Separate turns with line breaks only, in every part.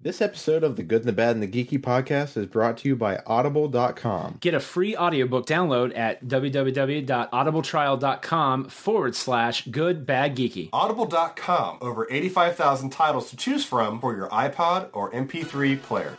This episode of the Good and the Bad and the Geeky podcast is brought to you by Audible.com.
Get a free audiobook download at www.audibletrial.com forward slash good bad geeky.
Audible.com, over 85,000 titles to choose from for your iPod or MP3 player.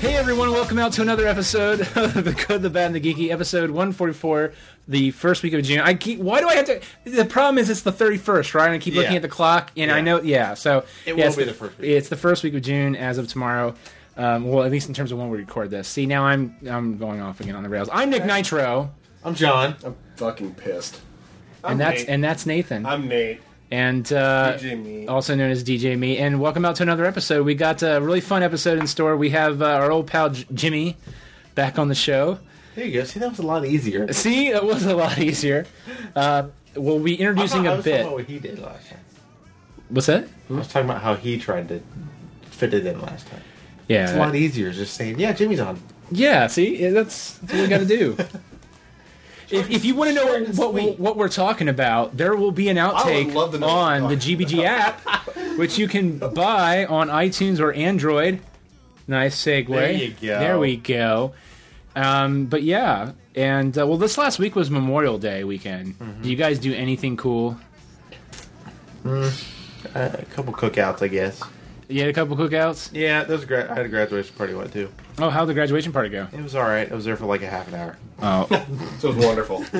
Hey everyone, welcome out to another episode of the Good, the Bad, and the Geeky, episode 144, the first week of June. I keep, why do I have to? The problem is it's the 31st, right? And I keep looking
Yeah.
at the clock, and I know, yeah. So
It
yeah,
will
it's
be the first week.
It's the first week of June as of tomorrow. Um, well, at least in terms of when we record this. See, now I'm I'm going off again on the rails. I'm Nick Nitro,
I'm John.
I'm fucking pissed. I'm
and that's
Nate.
and that's Nathan,
I'm Nate.
and uh,
DJ Me.
also known as DJ Me. And welcome out to another episode. We got a really fun episode in store. We have uh, our old pal J- Jimmy back on the show.
There you go. See, that was a lot easier.
See, that was a lot easier. Uh, we'll be introducing
I
a
was talking
bit. Hmm?
about what he did last time.
What's that?
I was talking about how he tried to fit it in last time. It's a
Yeah,
lot easier just saying, "Yeah, Jimmy's on."
yeah. See, yeah, that's, that's what we got to do. if, if you want to know
and
what we,
sweet.
what we're talking about, there will be an outtake
love to know
on
what
the
you're
GBG app, which you can buy on iTunes or Android. Nice segue.
There you go.
There we go. Um, but yeah, and uh, well, this last week was Memorial Day weekend. Do you guys do anything cool?
Uh, a couple cookouts, I guess.
You had a couple cookouts.
Yeah, those gra- I had a graduation party one too.
Oh, how'd the graduation party go?
It was all right. I was there for like a half an hour.
Oh,
So it was wonderful.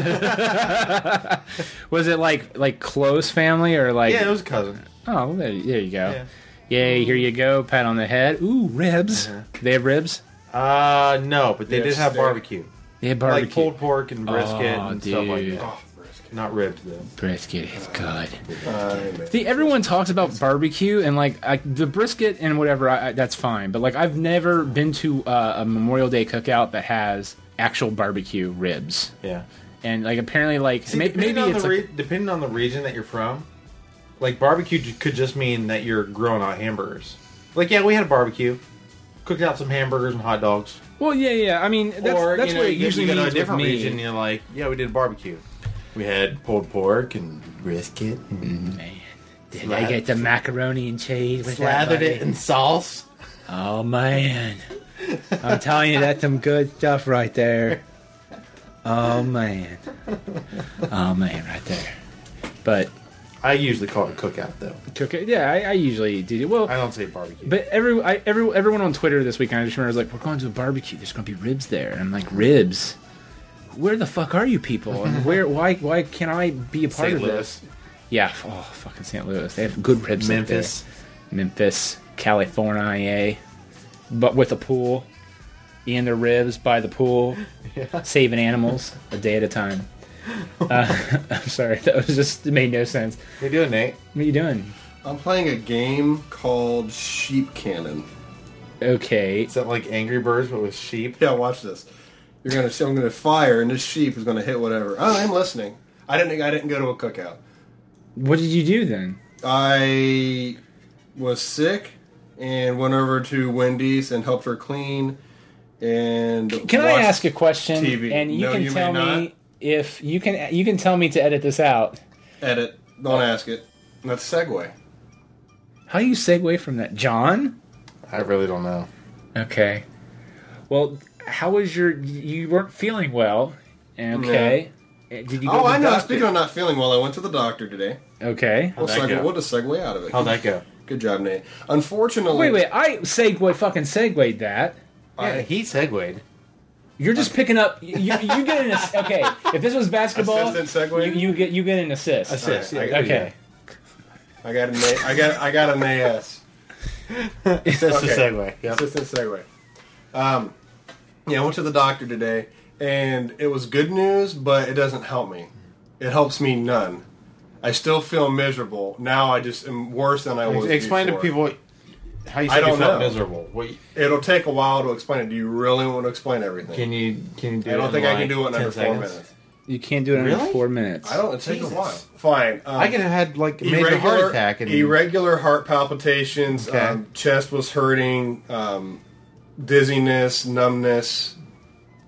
Was it like like close family or like?
Yeah, it was a cousin.
oh, there, there you go.
Yeah.
Yay! Here you go. Pat on the head. Ooh, ribs.
Uh-huh.
They have ribs.
Uh, no, but they
Yes,
did have
they-
barbecue.
They have
like
barbecue.
pulled pork and brisket
Oh,
and stuff like
dude.
that.
oh, brisket.
Not ribs though.
brisket is good.
Uh,
I'm in.
See, everyone talks about barbecue and like I, the brisket and whatever. I, I, that's fine, but like I've never been to uh, a Memorial Day cookout that has actual barbecue ribs.
Yeah.
And like apparently, like
See,
may-
depending
maybe
on
it's
the
like,
re- depending on the region that you're from, like barbecue j- could just mean that you're growing out hamburgers. Like, yeah, we had a barbecue, cooked out some hamburgers and hot dogs.
well, yeah, yeah. I mean, that's,
or
that's
you know,
what it
you
usually
go
means
to a
with
different
me.
region. You're like, yeah, we did barbecue. We had pulled pork and brisket, and
Did I get the macaroni and cheese? with that,
slathered
buddy?
it in sauce.
Oh man, I'm telling you, that's some good stuff right there. Oh man, oh man, right there. But
I usually call it a cookout though.
cook it. Yeah, I, I usually do. Well,
I don't say barbecue.
but every, I, every everyone on Twitter this weekend, I just remember I was like, "We're going to a barbecue. There's going to be ribs there." And I'm like, "Ribs? Where the fuck are you people? And where? Why? Why can't I be a part
St.
of
Louis,
this?" Yeah. Oh, fucking St. Louis. They have good ribs. up there.
Memphis.
Memphis, California, but with a pool, eating their ribs by the pool, saving animals a day at a time. Uh, I'm sorry, that was just it made no sense.
What you doing, Nate?
What are you doing?
I'm playing a game called Sheep Cannon.
Okay,
Is that like Angry Birds but with sheep?
Yeah, watch this. You're gonna. I'm gonna fire, and this sheep is gonna hit whatever. Oh, I'm listening. I didn't. I didn't go to a cookout.
what did you do then?
I was sick and went over to Wendy's and helped her clean. And
Can I
watched-
ask a question?
TV.
And you
No,
can
you may
tell me
not.
if you can. You can tell me to edit this out.
Edit. Don't ask it. That's a segue.
How do you segue from that, John?
I really don't know.
Okay. Well, how was your? You weren't feeling well. Okay. Did you? Go
Oh,
to the
I know.
doctor?
Speaking of not feeling well, I went to the doctor today.
Okay.
We'll,
How'd that
segue,
go?
we'll just segue out of it.
How'd that go?
Good job, Nate. Unfortunately,
Wait, wait. I segue fucking segued that.
Yeah,
I,
Uh, he segued.
You're just picking up. You, you you get an ass- okay. If this was basketball,
Assistant segue?
you, you get you get an assist.
Assist.
All right,
yeah,
Okay.
I got an A. I got I got an AS.
That's the
Okay.
segue. Yep.
Consistent segue. Um, yeah, I went to the doctor today, and it was good news, but it doesn't help me. It helps me none. I still feel miserable. Now I just am worse than I was.
Explain
before.
to people what, how you
I
said you
don't
felt
know.
miserable. What, you-
It'll take a while to explain it. Do you really want to explain everything?
can you can you do?
I
it
don't
in
think I
like
can do it in
10
under four
seconds?
minutes.
You can't do it in under
Really?
four minutes.
I don't. It takes a
Jesus.
while. Fine. Um,
I could have had like a major
irregular
heart attack and
irregular heart palpitations.
Okay.
Um, chest was hurting. Um, dizziness, numbness,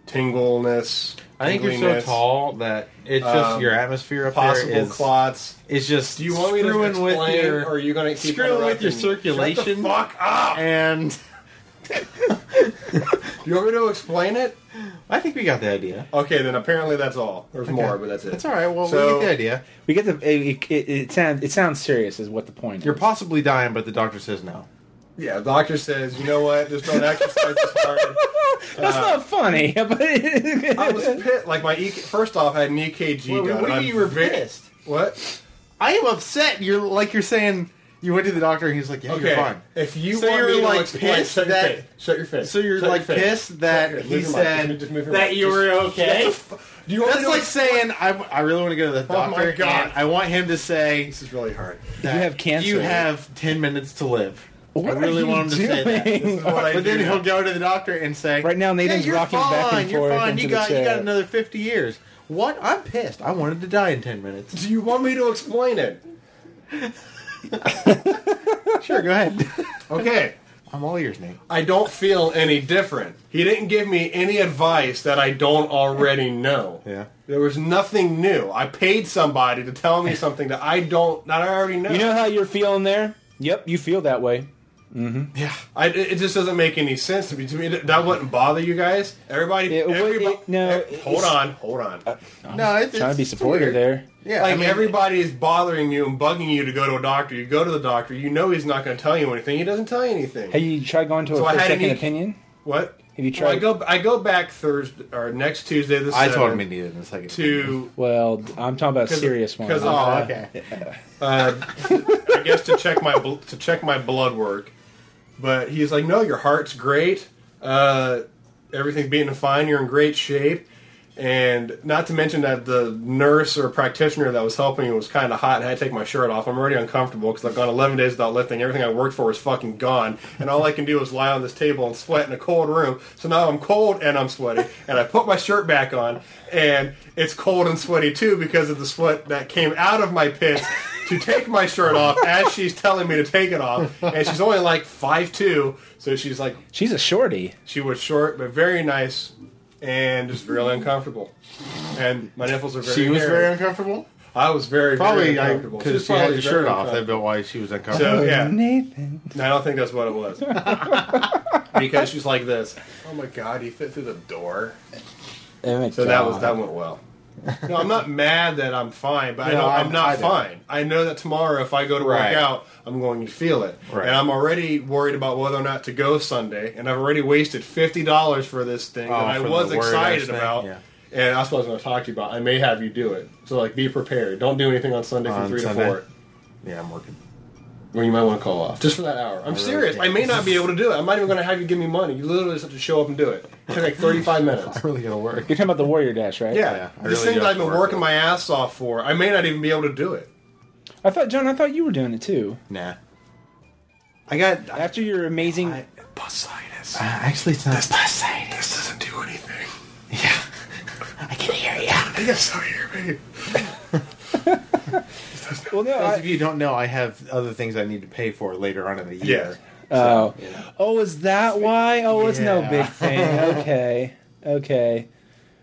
tingleness.
I think you're so
tingliness,
tall that it's just
Um,
your atmosphere up
Possible
there is
clots.
it's just
Do you want me to
screwing
explain,
with your
or are you going to keep
screwing with your
interrupting me? Shut
circulation
the fuck up!
and
Do you want me to explain it?
I think we got the idea.
Okay, then apparently that's all. There's more, but that's it.
That's all right. Well,
So-
we get the idea.
We get the it, it, it sounds it sounds serious is what the point.
You're
is.
possibly dying, but the doctor says no.
Yeah, doctor says, you know what? Just don't exercise this hard.
That's not funny, but
I was pissed. Like my EK, first off, I had an E EKG
What do
done.
you
and
mean you
I'm
were
ve-
pissed?
What?
I am upset. You're like you're saying you went to the doctor and he's like, yeah,
Okay.
you're fine.
If you
So
want
you're,
me to
like,
explain-
pissed
shut your
that-
face. shut your face.
So you're
Shut
like
your face.
pissed that
Shut your-
he
move your mic.
said
Just move your
that
mic.
you
Just-
were
Shut
okay.
the f- Do you want
That's
me to
like
explain-
saying I, I really want to go to the
Oh
doctor.
my God.
and I want him to say
This is really hard.
that
have cancer.
You have ten minutes to live.
What
I
are
really
you
want him to say that.
doing?
This is
what I
but then
do.
he'll go to the doctor and say,
Right now, Nathan's
"Yeah, you're
rocking
fine,
back and
you're
forth
fine.
into
You
the
got you
chair."
got another fifty years. What? I'm pissed. I wanted to die in ten minutes.
Do you want me to explain it?
Sure, go ahead.
Okay.
I'm all ears, Nate.
I don't feel any different. He didn't give me any advice that I don't already know.
Yeah.
There was nothing new. I paid somebody to tell me something that I don't, that I already know.
You know how you're feeling there? Yep, you feel that way.
Yeah, I, it it just doesn't make any sense to me. To me, that that wouldn't bother you guys. Everybody,
It would-
everybody
it- no,
eh, hold
it's- Uh,
on, hold on.
No, it's,
Trying to be
it's
supportive
weird.
there.
Yeah,
like
I mean,
everybody is bothering you and bugging you to go to a doctor. You go to the doctor. You know he's not going to tell you anything. He doesn't tell you anything.
Have you tried going to
So
a
I
first
had an
second
EK
opinion?
what?
Have you
Well, I
tried?
go. I go back Thursday or next Tuesday. The
I told him
7th
he needed it in a second.
to
Well, I'm talking about a
'Cause-
serious one.
'cause,
Uh,
Oh, okay.
uh, I guess to check my bl- to check my blood work. But he's like, no, your heart's great. Uh, everything's beating fine. You're in great shape. And not to mention that the nurse or practitioner that was helping me was kind of hot and I had to take my shirt off. I'm already uncomfortable because I've gone 11 days without lifting. Everything I worked for is fucking gone. And all I can do is lie on this table and sweat in a cold room. So now I'm cold and I'm sweaty. And I put my shirt back on and it's cold and sweaty too because of the sweat that came out of my pits to take my shirt off as she's telling me to take it off. And she's only like 5'2", so she's like,
she's a shorty.
she was short but very nice and just really uncomfortable. And my nipples are very
She was
hairy.
very uncomfortable.
I was very,
Probably uh,
very uncomfortable. She
because
was
she had
probably
the
very
shirt off. That's
uncomfortable.
why she was uncomfortable.
So, Oh, yeah.
Nathan.
No, I don't think that's what it was. because she's like this. Oh my god, he fit through the door. So that was that went well. No, I'm not mad that I'm fine, but I
No,
know I'm,
I'm-
not
I know.
fine. I know that tomorrow if I go to
Right.
work out, I'm going to feel it.
Right.
And I'm already worried about whether or not to go Sunday, and I've already wasted fifty dollars for this thing
Oh,
that I
for the
was
word
excited
thing,
about.
yeah.
And that's what I was going to talk to you about. I may have you do it. So like, be prepared. Don't do anything on Sunday from
On
three
Sunday.
to four.
Yeah, I'm working.
When you might want to call off just for that hour. I'm serious. I may not be able to do it. I'm not even going to have you give me money. You literally just have to show up and do it. It took like thirty-five minutes.
I'm really gonna work.
You're talking about the Warrior Dash, right?
Yeah,
Yeah, I
this
really
thing
do have
that I've
to
been
work
working
with
my ass off for, I may not even be able to do it.
I thought, John, I thought you were doing it too.
Nah. I got. I,
After your amazing.
I-
Bustitis.
actually, it's not.
This doesn't do anything.
Yeah. I can hear you.
I guess so here, babe.
well, no.
Those
I-
of you who don't know, I have other things I need to pay for later on in the
Yeah.
year.
oh. oh, is that why? Oh, it's no
Yeah.
big thing. Okay. Okay.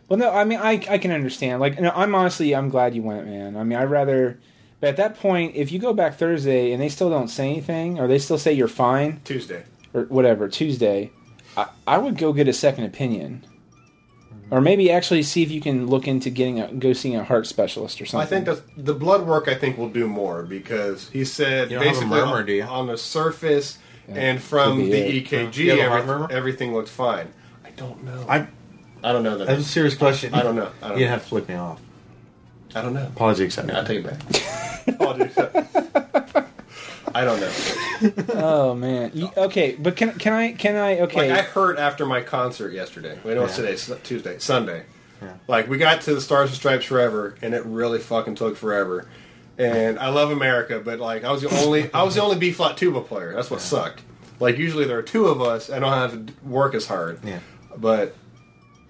Well, no, I mean, I, I can understand. Like, no, I'm honestly, I'm glad you went, man. I mean, I'd rather. But at that point, if you go back Thursday and they still don't say anything, or they still say you're fine,
Tuesday.
Mm-hmm.
or whatever Tuesday, I, I would go get a second opinion, or maybe actually see if you can look into getting a go seeing a heart specialist or
I
something.
think that's, the blood work. I think will do more because he said
You don't have a
basically
murmur,
on,
do you?
on the surface and
could
from
be
the
it.
EKG,
You have a heart
everyth-
murmur?
everything looked fine. I don't know. I,
I.
don't know that.
That's a serious question.
I don't know. I don't
You
know.
have to flip me off.
I don't know.
Apology accepted.
I'll take it back. Apologies. I don't know.
Oh man. You- okay, but can can I can I okay?
Like I hurt after my concert yesterday. We know it's
Yeah.
today, Su- Tuesday, Sunday.
Yeah.
Like we got to the Stars and Stripes forever, and it really fucking took forever. And I love America, but like I was the only I was the only B flat tuba player. That's what sucked. Like usually there are two of us. I don't have to d- work as hard.
Yeah.
But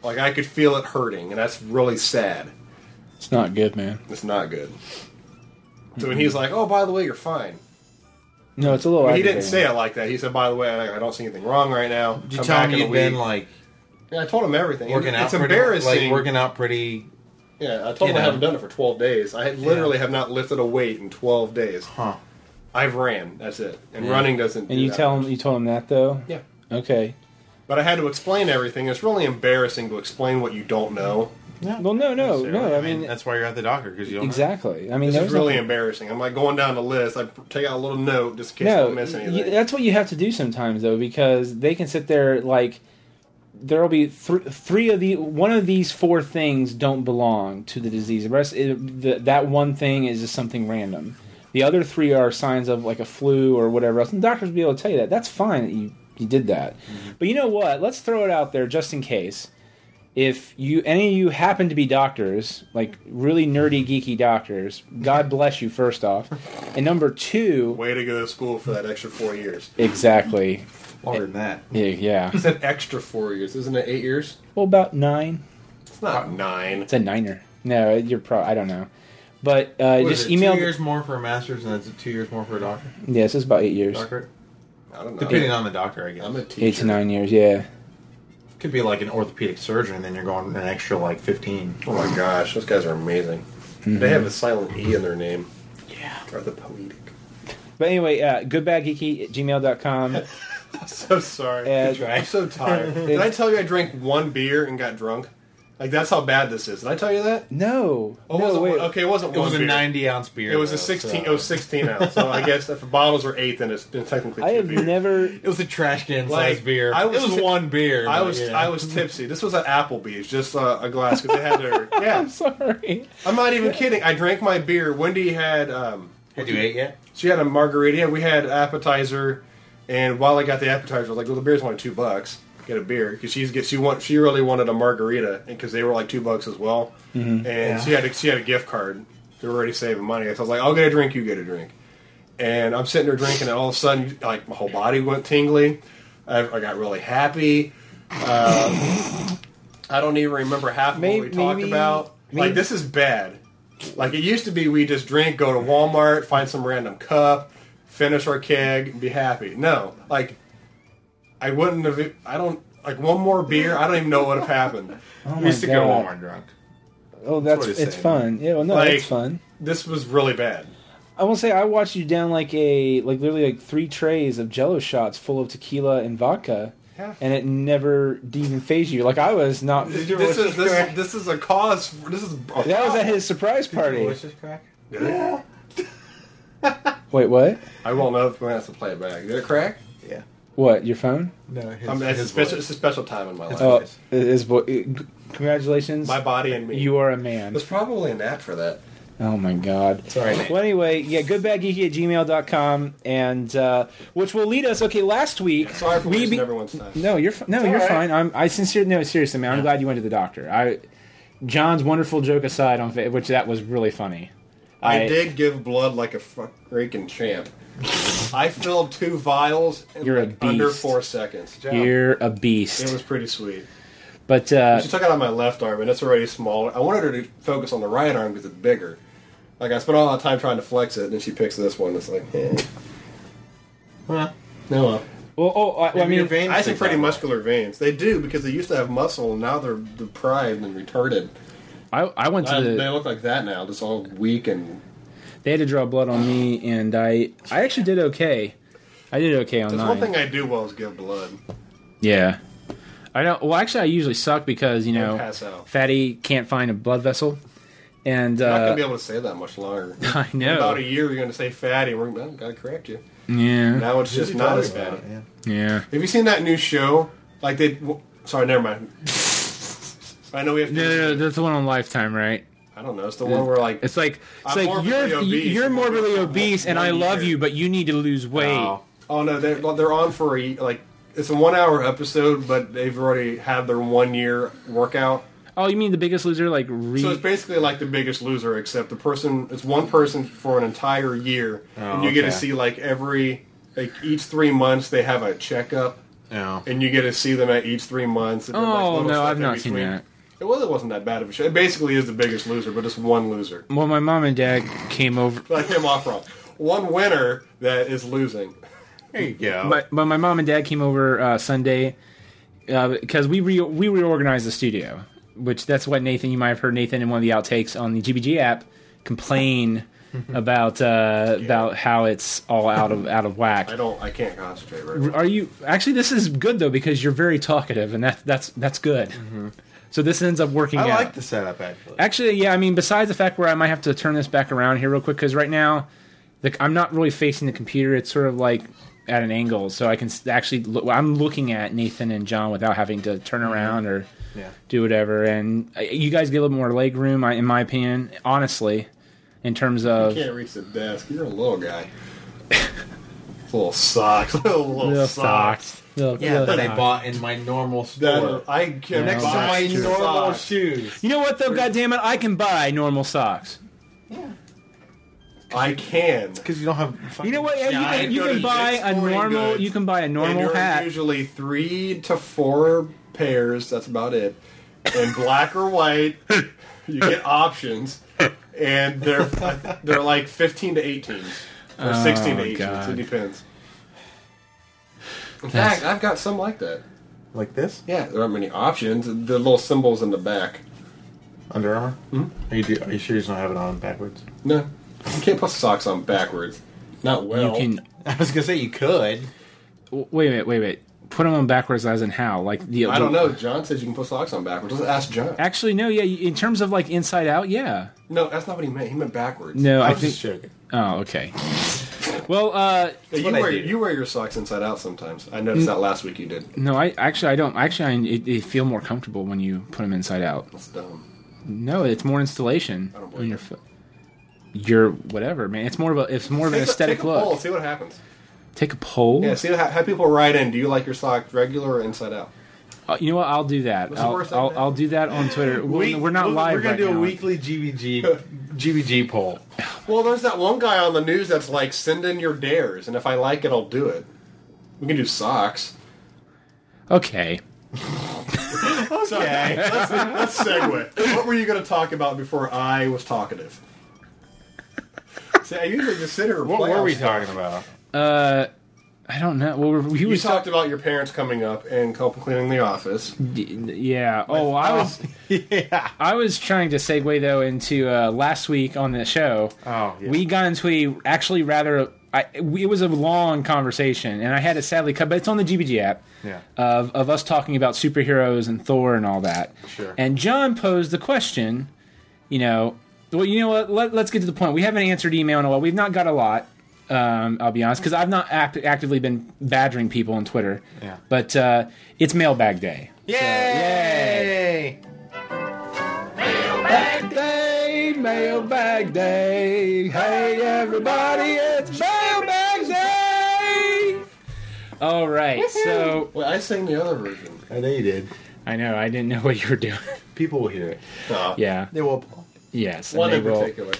like I could feel it hurting, and that's really sad.
it's not good, man.
It's not good. So when he's
Mm-hmm.
like, "Oh, by the way, you're fine,"
No, it's a
Oh,
little.
but he didn't
aggravating.
say it like that. He said, "By the way, I I don't see anything wrong right now."
Did you
Come
tell
back
him
in a
you'd been
week."
like
Yeah, I told him everything.
working out?
it's
pretty-
embarrassing.
Like working out pretty.
Yeah, I told
You
him I
know.
haven't done it for 12 days. I literally have not lifted a weight in 12 days.
Huh.
I've ran. That's it. And running doesn't.
And
do
you
that.
tell him you told him that though.
Yeah.
Okay.
But I had to explain everything. It's really embarrassing to explain what you don't know.
Yeah.
Well, no, no,
Necessarily.
no. I mean,
that's why you're at the doctor because you don't know.
exactly. I mean,
This
there's
is really
nothing-
embarrassing. I'm like going down the list. I take out a little note just in case I
no.
miss anything.
y- that's what you have to do sometimes though, because they can sit there like there'll be th- three of the one of these four things don't belong to the disease. The rest, it, the, that one thing is just something random. The other three are signs of like a flu or whatever else, and doctors will be able to tell you that. That's fine that you you did that,
Mm-hmm.
but you know what? Let's throw it out there just in case. If you any of you happen to be doctors, like really nerdy geeky doctors, God bless you first off, and number two,
Way to go to school for that extra four years.
exactly,
Longer than that.
yeah, yeah.
He said extra four years. Isn't it eight years?
well about nine.
It's not nine.
It's a niner. No, you're pro. I don't know, but uh,
What is
just
it,
email.
Two years more for a master's and that's two years more for a doctor.
Yeah, this is about eight years,
Doctorate.
I don't know.
Depending on the doctor, I guess.
I'm a
eight
teacher.
to nine years. Yeah,
Could be like an orthopedic surgeon, then you're going an extra like 15.
Oh my gosh, those guys are amazing. They have a silent E in their name. Yeah. Or the poetic.
but anyway, uh, goodbadgeeky at gmail.com.
so sorry.
Yeah.
I'm so tired. Did I tell you I drank one beer and got drunk? Like that's how bad this is. Did I tell you that?
No,
Oh,
no,
wasn't,
wait.
okay, it wasn't
It
one
was a
beer.
90 ounce beer.
It was a
though,
16.
so-
It was 16 ounce. So I guess if the bottles are eight, then it's then technically.
I
two
have
beers.
never.
It was a trash can
Like,
size beer.
I was
it was
t-
one beer.
I
but
was
yeah.
I was tipsy. This was at Applebee's, just uh, a glass because they had their. Yeah,
I'm sorry.
I'm not even kidding. I drank my beer. Wendy had um,
Had you ate yet?
She had a margarita. We had appetizer, and while I got the appetizer, I was like, "Well, the beer's only two bucks. Get a beer because she's get she want she really wanted a margarita because they were like two bucks as well, and she had a, she had a gift card. They were already saving money. So I was like, "I'll get a drink. You get a drink." And I'm sitting there drinking, and all of a sudden, like my whole body went tingly. I, I got really happy. Um, I don't even remember half of
May-
what we talked
maybe-
about.
maybe-
Like this is bad. Like it used to be, we just drink, go to Walmart, find some random cup, finish our keg, and be happy. No, like I wouldn't have. e, I don't like one more beer. I don't even know what have happened.
Oh
we used
my
to go to
God.
Walmart drunk.
Oh, that's
what he's
it's
saying.
fun. Yeah, well, no,
Like-
it's fun.
This was really bad.
I will say I watched you down like a like literally like three trays of Jello shots full of tequila and vodka,
Yeah.
and it never did even phased you. Like I was not.
This is this, this is a cause. for- This is a
That was at his surprise party.
Delicious crack?
Yeah.
Wait, what?
I won't know if we have to play it back. Did it crack?
Yeah.
What? Your phone?
No, his,
I mean, it's, a
his
special,
voice.
it's a special time in my life.
Oh,
Yes.
it is vo- it- g- congratulations.
my body and me.
You are a man.
There's probably an app for that.
Oh my god.
Sorry, Nate.
Well, anyway, yeah, goodbadgeeky at gmail.com, and uh, which will lead us. Okay, last week
Sorry for
we
wasting
be-
everyone's time.
no, you're fi- no,
all
you're
right.
fine. I'm I sincerely no, seriously, man. I'm glad you went to the doctor. I John's wonderful joke aside on fa- which that was really funny.
I, did give blood like a freaking champ. I filled two vials in
You're a
like under
beast.
four seconds.
You're a
It
beast,
was pretty sweet.
but uh,
She took it on my left arm, and it's already smaller. I wanted her to focus on the right arm because it's bigger. Like I spent all the time trying to flex it, and then she picks this one. It's like, eh.
Huh.
no. well.
well, oh, I, well, I
Maybe your
mean,
veins
I have some
stick
pretty
out.
muscular veins. They do because they used to have muscle, and now they're deprived and retarded.
I, I went to
Uh,
the
they look like that now, just all weak and.
they had to draw blood on me, and I I actually did okay. I did okay on
There's
nine.
one thing I do well is give blood.
yeah, I don't. Well, actually, I usually suck because you
And
know,
pass out.
fatty can't find a blood vessel, and
I'm not gonna
uh,
be able to say that much longer.
I
In About a
know.
year, you're going to say fatty. We're going to correct you.
Yeah,
Now it's
Who's
just
he
not
talking
as fatty.
about? Yeah.
yeah.
Have you seen that new show? Like they. W- Sorry, never mind. I know we have to.
No, no, no, that's the one on Lifetime, right?
I don't know. It's the one where like
It's like it's
I'm
like
morbidly
you're
obese.
you're morbidly
One-
obese, and
one
I love
year.
you, but you need to lose weight.
Oh.
Oh no, they're well, they're on for a like it's a one hour episode, but they've already had their one year workout.
Oh, you mean the Biggest Loser? Like re-
So it's basically like the Biggest Loser, except the person it's one person for an entire year,
Oh,
and you get to
okay.
see like every like each three months they have a checkup,
No.
and you get to see them at each three months. And then, like,
Oh
little
no,
stuff
I've
in
not seen
between.
that.
It was it wasn't that bad of a show. It basically is the Biggest Loser, but it's one loser.
Well, my mom and dad came over.
But I came off wrong. One winner that is losing.
There you go.
But but my mom and dad came over uh, Sunday uh, because we re- we reorganized the studio, which that's what Nathan you might have heard Nathan in one of the outtakes on the GBG app complain about uh, about how it's all out of out of whack.
I don't. I can't concentrate. Right now.
Are you actually? This is good though because you're very talkative, and that that's that's good. So this ends up working.
Mm-hmm. I
out.
like the setup actually.
Actually, yeah. I mean, besides the fact where I might have to turn this back around here real quick because right now, the, I'm not really facing the computer. It's sort of like at an angle, so I can s- actually. Look, I'm looking at Nathan and John without having to turn around or
Yeah.
do whatever. And uh, you guys get a little more leg room, I- in my opinion. Honestly, in terms
I
of
can't reach the desk. You're a little guy. little socks. little,
Little
socks.
socks. Little-
Yeah,
little
that I
socks.
bought in my normal
That
store.
I can
Next
buy
to my
two socks.
shoes.
You know what though? God damn it! I can buy normal socks.
I can.
Because you don't have. fucking-
You know what? Yeah, you
I
can, you
go
can
to
buy
Dick's
a
Sporting
normal.
Goods,
You can buy a
And
normal
there are
hat.
usually three to four pairs. That's about it. In black or white, you get options, and they're they're like fifteen to eighteen or sixteen to
Oh,
eighteen.
God.
It depends. In fact, I've got some like that.
Like this?
Yeah, there aren't many options. The little symbols in the back.
Under Armour. Are you do, Are you sure you don't have it on backwards?
No, you can't put socks on backwards. Not
you
well.
can
I was gonna say you could.
W- Wait a minute, wait a minute. Put them on backwards as in how? Like the
I don't know. John says you can put socks on backwards. Let's ask John.
Actually, no. Yeah, in terms of like inside out, yeah.
No, that's not what he meant. He meant backwards.
No, I
I was just
think.
joking.
Oh, okay. Well, uh,
Hey, you
what I
wear
do.
you wear your socks inside out sometimes. I noticed that last week you did.
no. I actually, I don't. Actually, I it, they feel more comfortable when you put them inside out.
That's dumb.
No, it's more installation
I don't believe
on your
it.
foot. Your whatever, man. It's more of a. It's more of an
Take a-
aesthetic
take a
look.
poll, see what happens.
Take a poll.
Yeah, see how, how people write in. Do you like your sock regular or inside out?
Uh, you know what? I'll do that.
What's the
I'll,
worst that
I'll,
can
I'll do that on Twitter. We, are not
we're,
live
We're gonna
right
do
now.
a weekly GVG GVG poll.
Well, there's that one guy on the news that's like, send in your dares, and if I like it, I'll do it. We can do socks.
Okay.
Okay. let's, let's segue. What were you going to talk about before I was talkative? See, I usually just sit here. and
What
play
were we
off-
talking about?
Uh, I don't know. Well, we
You
was
talked about your parents coming up and helping cleaning the office.
Yeah. Oh, I was.
yeah.
I was trying to segue though into uh, last week on the show.
Oh, yeah.
We got into a actually rather. I, we- it was a long conversation, and I had to sadly cut, but it's on the GBG app
Yeah.
of of us talking about superheroes and Thor and all that.
Sure.
And John posed the question, you know, well, you know what? Let, let's get to the point. We haven't answered email in a while. We've not got a lot. Um, I'll be honest, because I've not act- actively been badgering people on Twitter.
Yeah.
But uh, it's Mailbag Day.
Yay!
Mailbag Day, Mailbag Day. Hey, everybody, it's Mailbag Day. All right, so
Well, I sang the other version.
I know you did.
I know I didn't know what you were doing.
People will hear it.
Uh,
Yeah,
They will applaud.
yes. and
One
they
in
will-
particular.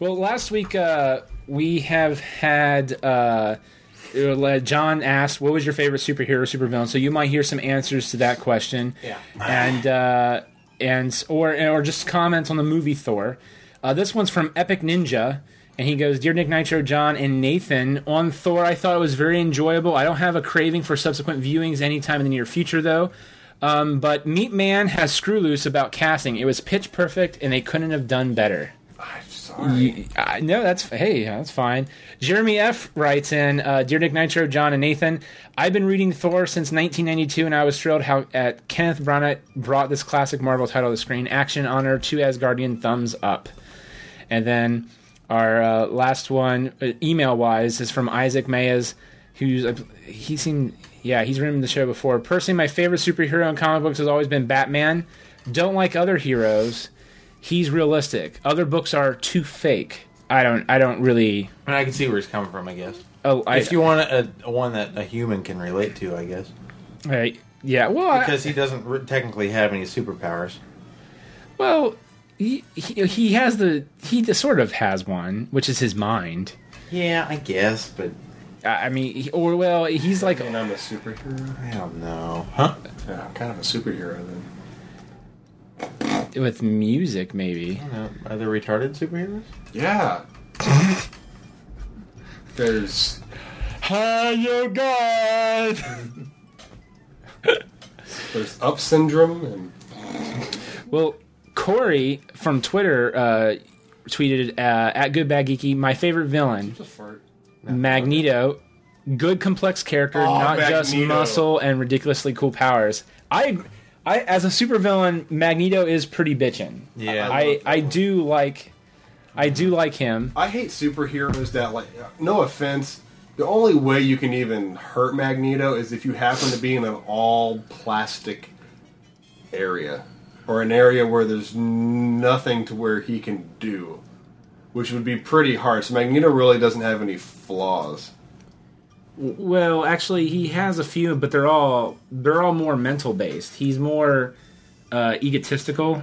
Well, last week uh, we have had uh, uh, John asked, "What was your favorite superhero, supervillain?" So you might hear some answers to that question.
Yeah.
and uh, and or or just comments on the movie Thor. Uh, this one's from Epic Ninja, and he goes, "Dear Nick Nitro, John, and Nathan on Thor. I thought it was very enjoyable. I don't have a craving for subsequent viewings anytime in the near future, though." Um, but Meat Man has screw loose about casting. It was pitch perfect, and they couldn't have done better.
I'm sorry.
You- I no, that's hey, that's fine. Jeremy F writes in, uh, "Dear Nick Nitro, John and Nathan, I've been reading Thor since 1992, and I was thrilled how at Kenneth Branagh brought this classic Marvel title to screen. Action, honor, to Asgardian, thumbs up." And then our uh, last one, email wise, is from Isaac Mayes, who's uh, he seemed yeah he's written the show before. Personally, my favorite superhero in comic books has always been Batman. Don't like other heroes. he's realistic. Other books are too fake. I don't. I don't really.
I mean, I can see where he's coming from. I guess
Oh, I,
if you want a, a one that a human can relate to, I guess
I- yeah. Well, I-
because he doesn't re- technically have any superpowers.
well, he, he he has the he just sort of has one, which is his mind.
Yeah, I guess, but
I I mean, he- or well, he's like
And I'm a superhero.
I don't know, huh?
Yeah, I'm kind of a superhero then.
with music, maybe.
I don't know. Are there retarded superheroes?
Yeah. There's
Hi, you God.
there's up syndrome and
Well, Corey from Twitter uh, tweeted uh, at Good Bad Geeky, my favorite villain,
a fart.
Magneto. Good complex character,
Oh,
not just
Magneto.
muscle and ridiculously cool powers. I, I as a supervillain, Magneto is pretty bitchin.
Yeah.
I, I do like, I do like him.
I hate superheroes that like. No offense. The only way you can even hurt Magneto is if you happen to be in an all plastic area or an area where there's nothing to where he can do, which would be pretty hard. So Magneto really doesn't have any flaws.
Well, actually, he has a few, but they're all they're all more mental based. He's more uh, egotistical,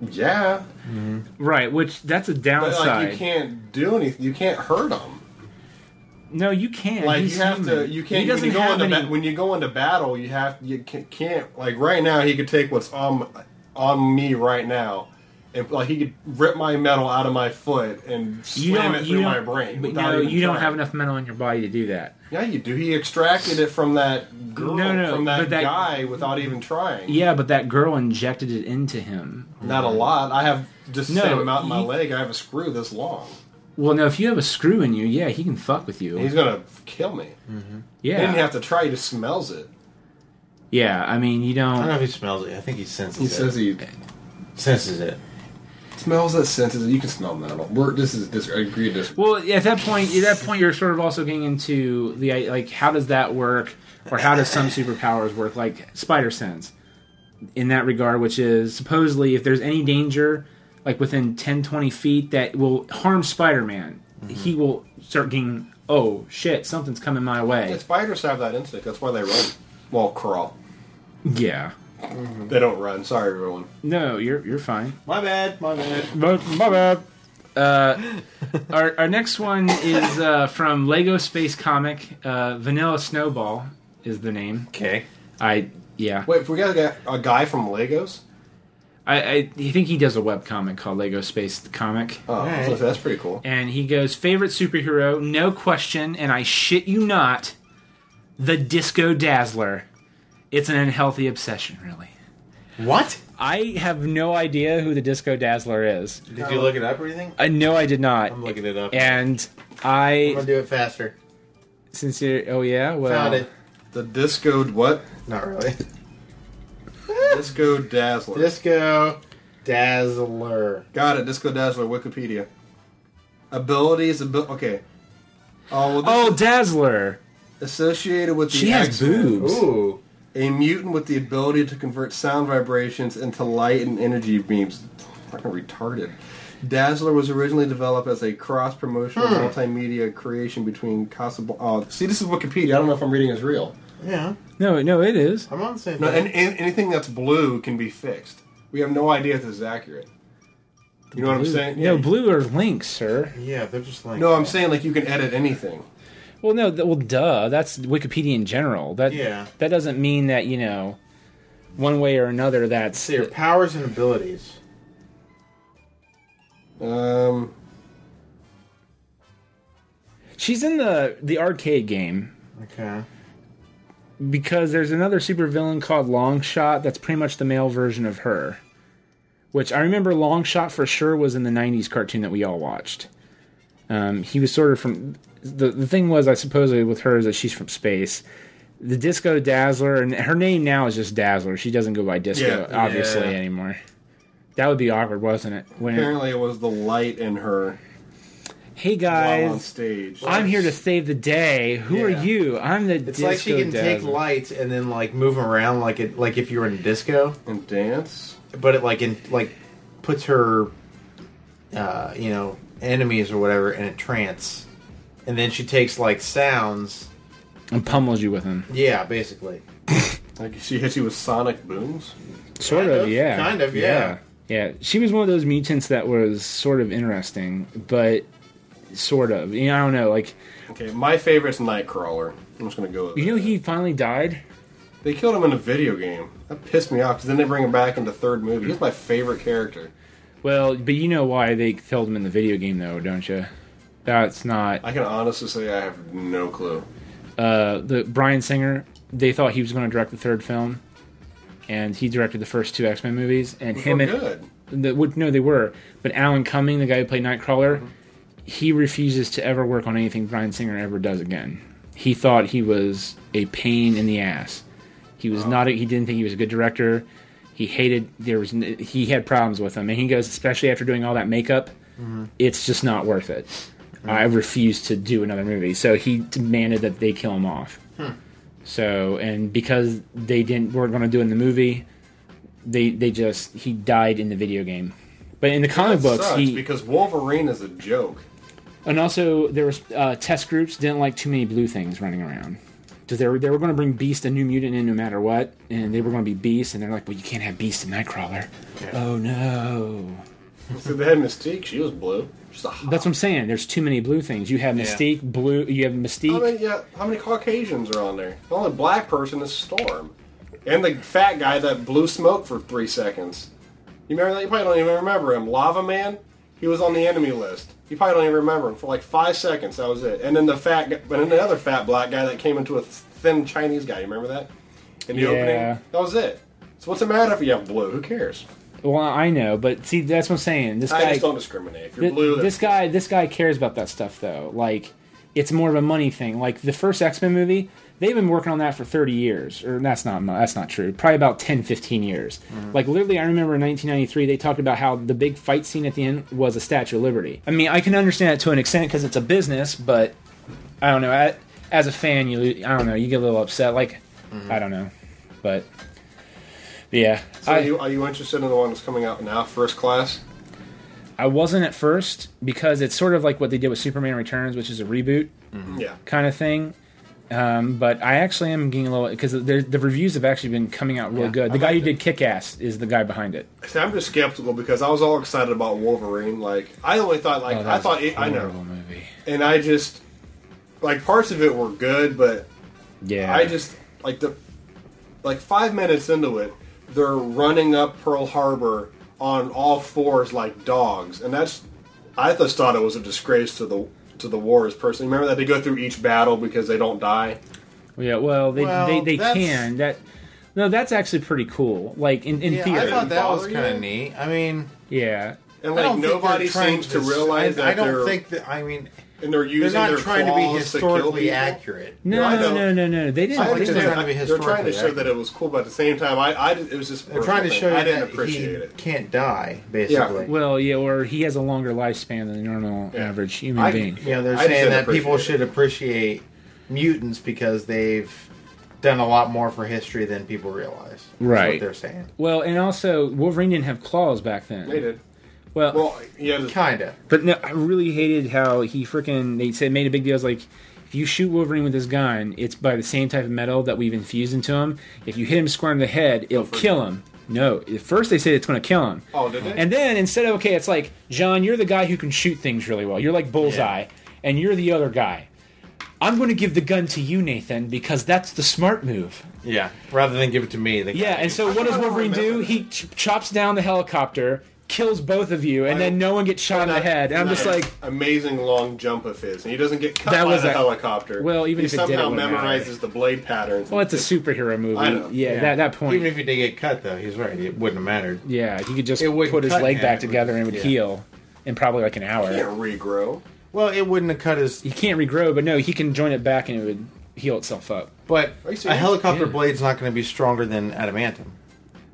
Yeah,
right? Which that's a
but
downside.
like you can't do anything. You can't hurt him.
No, you can.
like
He's
you have
human.
to you can't
He
when
doesn't
you go
have
into
any.
ba- when you go into battle you have you ca- can't like right now he could take what's on on me right now and like he could rip my metal out of my foot and
you
slam
don't.
it
You
through my
don't.
brain
but
without
no,
even
you don't
trying.
have enough metal in your body to do that.
yeah you do he extracted it from that girl
No, no,
from that,
but that-
guy without even trying
Yeah, but that girl injected it into him.
not a lot I have just the
No,
same amount in my
he-
leg I have a screw this long
Well, no, if you have a screw in you, yeah, he can fuck with you.
he's gonna kill me
yeah,
he didn't have to try he just smells it
yeah. I mean, you
I don't know
don't.
if he smells it. I think he senses
he
it.
says he
senses it.
smells that senses you can smell metal we're this is this I agree to disagree
Well, at that point, at that point, you're sort of also getting into the like, how does that work, or how does some superpowers work, like spider sense, in that regard, which is supposedly if there's any danger, like within 10, 20 feet that will harm Spider-Man, he will start getting. Oh shit! Something's coming my
Yeah,
way.
spiders have that instinct. That's why they run. Well, crawl.
Yeah.
They don't run. Sorry, everyone.
No, you're you're fine.
My bad. My bad.
My bad. Uh, our, our next one is uh, from Lego Space Comic. Uh, Vanilla Snowball is the name.
Okay.
I yeah.
Wait, if we got a guy, a guy from Legos.
I, I think he does a web comic called Lego Space Comic.
Oh, I was gonna
Alright.
say, that's pretty cool.
And he goes, favorite superhero, no question, and I shit you not, the Disco Dazzler. It's an unhealthy obsession, really.
What?
I have no idea who the Disco Dazzler is.
Did you look it up or anything?
I know I did not.
I'm looking it up.
And
I'm
I
gonna do it faster.
sincere. Oh yeah, well.
Found it.
The disco what?
Not really.
disco Dazzler.
Disco Dazzler.
got it. Disco Dazzler. Wikipedia. Abilities. Abil- okay. Oh, well,
Oh, Dazzler.
associated with the
She has
X-Men.
boobs.
Ooh.
A mutant with the ability to convert sound vibrations into light and energy beams. Fucking retarded. Dazzler was originally developed as a cross promotional multimedia creation between Casablanca. Oh, see, this is Wikipedia. I don't know if I'm reading is real.
Yeah.
No, no, it is.
I'm on the same
No,
page.
and, and anything that's blue can be fixed. We have no idea if this is accurate. You know what I'm saying?
No,
Yeah.
blue are links, sir.
yeah, they're just like.
No, I'm saying like you can edit anything.
Well, no, th- well, duh. That's Wikipedia in general. That
Yeah.
that doesn't mean that you know, one way or another. That's
So your powers and abilities.
Um,
she's in the the arcade game
Okay.
because there's another supervillain called Longshot that's pretty much the male version of her. Which I remember Longshot for sure was in the '90s cartoon that we all watched. Um, he was sort of from the the thing was I suppose with her is that she's from space. The Disco Dazzler and her name now is just Dazzler. She doesn't go by Disco
Yeah.
obviously
Yeah.
anymore. That would be awkward, wasn't it? When
apparently, it was the light in her
hey
while on
guys,
stage.
I'm here to save the day. Who are
Yeah.
you? I'm the
It's
Disco
like she can take
Dazzler.
lights and then like move 'em around like it like if you were in a disco,
and dance.
but it like in like puts her, uh, you know, enemies or whatever in a trance, and then she takes like sounds.
and pummels you with them.
Yeah, basically.
Like she hits you with sonic booms.
Sort
Kind
of,
of,
yeah.
kind of, yeah.
yeah. Yeah, she was one of those mutants that was sort of interesting, but sort of. You know, I don't know. Like,
Okay, my favorite's Nightcrawler. I'm just gonna go with
you
that.
know, he finally died.
They killed him in a video game. That pissed me off because then they bring him back in the third movie. He's my favorite character.
Well, but you know why they killed him in the video game, though, don't you? That's not
I can honestly say I have no clue.
uh, the Brian Singer. They thought he was going to direct the third film, and he directed the first two X Men movies. And him
We're
and
good.
The, what, no, they were. But Alan Cumming, the guy who played Nightcrawler, he refuses to ever work on anything Brian Singer ever does again. He thought he was a pain in the ass. He was not. A, he didn't think he was a good director. He hated. There was. n- He had problems with him, and he goes, especially after doing all that makeup,
Mm-hmm.
it's just not worth it. I refuse to do another movie. So he demanded that they kill him off.
Hmm.
So and because they didn't weren't going to do it in the movie, they they just he died in the video game. But in the comic
That
books,
sucks
he
because Wolverine is a joke.
and also there was uh, test groups didn't like too many blue things running around because they were they were going to bring Beast a new mutant in no matter what, and they were going to be Beast, and they're like, well, you can't have Beast and Nightcrawler. Oh no,
So they had Mystique. She was blue. She's a hot.
that's what I'm saying. There's too many blue things. You have Mystique, blue. You have Mystique.
how many, yeah, how many Caucasians are on there? The only black person is Storm, and the fat guy that blew smoke for three seconds. You remember that? You probably don't even remember him. Lava Man. He was on the enemy list. You probably don't even remember him for like five seconds. That was it. And then the fat, guy, but then the other fat black guy that came into a thin Chinese guy. You remember that? In the
Yeah.
opening, that was it. So what's the matter if you have blue? Who cares?
Well, I know, but see, that's what I'm saying. This
I
guy,
just don't discriminate. If you're
Th-
blue,
this
that's-
guy this guy cares about that stuff though like it's more of a money thing like the first x-men movie they've been working on that for 30 years or that's not mu- that's not true probably about 10 15 years
Mm-hmm.
like literally i remember in 1993 they talked about how the big fight scene at the end was a statue of liberty i mean i can understand that to an extent because it's a business but i don't know I, as a fan you lo- i don't know you get a little upset like i don't know but yeah
Mm-hmm. So
I,
are, you, are you interested in the one that's coming out now, First Class?
I wasn't at first because it's sort of like what they did with Superman Returns, which is a reboot
Yeah.
kind of thing. Um, but I actually am getting a little because the, the reviews have actually been coming out real good. The
I
guy who
liked
did Kick Ass is the guy behind it.
See, I'm just skeptical because I was all excited about Wolverine. Like, I only thought, like,
Oh,
I thought, it, I know.
movie.
And I just, like, parts of it were good, but
Yeah,
I just, like, the, like, five minutes into it, they're running up Pearl Harbor on all fours like dogs. And that's, I just thought it was a disgrace to the, to the wars personally. Remember that they go through each battle because they don't die?
yeah. Well, they
Well,
they, they
that's-
can that. No, that's actually pretty cool. Like in, in
Yeah, I
theory,
thought that was
Bother
kind
you?
of neat. I mean,
yeah.
And,
I
like,
don't think
nobody
they're trying
seems to
s-
realize
I,
that
I don't
they're,
think that. I mean,
and they're
they're
using
not
their
trying to be
claws to kill
historically
people.
accurate.
No,
I
no,
don't-
no, no, no. They
I
didn't.
think
They
they're
understand.
didn't
trying to be
They're trying to
historically
show that it was cool, but at the same time, I, I it was just.
They're trying to show you
I didn't
that
appreciate
he
it.
can't die, basically.
well, yeah, or he has a longer lifespan than the normal
Yeah.
average human
I-
being.
You know, they're
I just
saying
didn't
that people
appreciate
should appreciate mutants because they've done a lot more for history than people realize. That's
Right.
What they're saying.
Well, and also Wolverine didn't have claws back then.
They did.
Well,
Well, yeah, this,
Kinda.
But no, I really hated how he freaking they said made a big deal. It's like if you shoot Wolverine with his gun, it's by the same type of metal that we've infused into him. If you hit him square in the head, it'll kill him. No, at first they said it's going to kill him.
oh, did they?
And then instead of okay, it's like John, you're the guy who can shoot things really well. You're like Bullseye, and you're the other guy. I'm going to give the gun to you, Nathan, because that's the smart move.
Yeah. Rather than give it to me. They
Yeah, and so what does Wolverine do? He ch- chops down the helicopter, kills both of you, and
I-
then no one gets shot in the head. And I'm just
That
like,
amazing long jump of his, and he doesn't get cut
That
by
was
the
a-
helicopter.
well, even
he
if it did, it
somehow
wouldn't
memorizes the blade patterns.
Well, it's a superhero movie.
I know.
Yeah, that that point.
Even if he did get cut, though, he's right. It wouldn't have mattered.
yeah, he could just
It wouldn't
put his
cut
leg
him,
back
it would
together and it would
just- yeah.
heal in probably like an
You
hour.
can't regrow.
Well, it wouldn't have cut his.
He can't regrow, but no, he can join it back and it would heal itself up.
But
Are you
a
serious?
helicopter
Yeah.
blade's not going to be stronger than adamantium.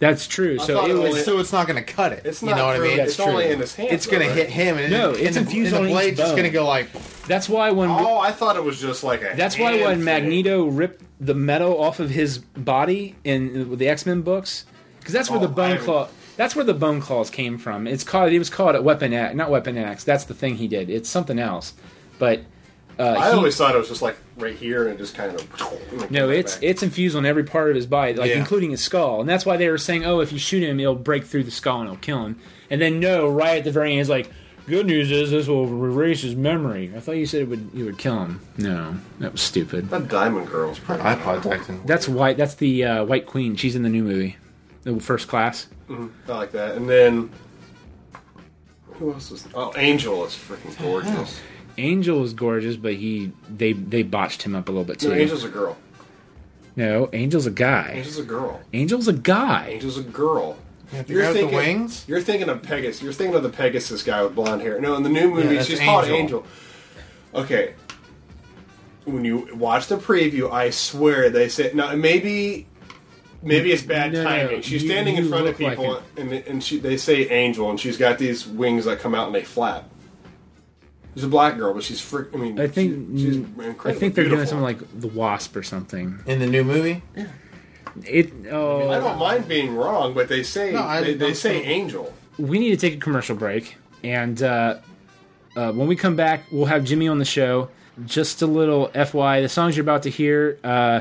That's true.
I
so
thought
it
it
was.
was-
So it's not going to cut it.
It's
you
not.
know what I
through,
mean?
That's
It's only
true.
in his hand.
It's going to hit him. And
No,
and
it's
the-
infused
and
on
the
each
blade's just
bone.
going to go like.
That's why when.
Oh, I thought it was just like a.
that's why when
hand
Magneto ripped the metal off of his body in the X Men books, because that's where
Oh,
the bone
I-
claw. That's where the bone claws came from. It's called. It was called a weapon axe, not weapon axe. That's the thing he did. It's something else, but uh,
I
he-
always thought it was just like right here, and it just kind of.
no, it's it's infused on every part of his body, like
Yeah.
including his skull, and that's why they were saying, "Oh, if you shoot him, it'll break through the skull and it'll kill him." And then, no, right at the very end, it's like, "Good news is this will erase his memory." I thought you said it would you would kill him. No, that was stupid.
That Diamond Girl's pretty.
iPod Titan.
That's white. That's the uh, White Queen. She's in the new movie, the First Class.
I like that. And then who else was? Oh, Angel is freaking gorgeous.
Angel was gorgeous, but he they they botched him up a little bit too.
No, Angel's a girl.
No, Angel's a guy.
Angel's a girl.
Angel's a guy.
Angel's a girl.
You're with the wings.
You're thinking of Pegasus. You're thinking of the Pegasus guy with blonde hair. No, in the new movie,
that's
she's called
Angel.
Angel. Okay. When you watch the preview, I swear they said now maybe maybe it's bad
No, no,
timing. She's
you-
standing in
you
front of
look like
people
an-
and, and she they say Angel and she's got these wings that come out and they flap. She's a black girl, but she's freak. I mean,
I think
she's, she's
I
incredibly
think they're doing
beautiful.
something like the Wasp or something.
In the new movie?
It oh,
I don't mind being wrong, but they say
No, I-
they, they
I'm
say
so-
Angel.
we need to take a commercial break, and uh, uh, when we come back, we'll have Jimmy on the show. Just a little FY: the songs you're about to hear. Uh,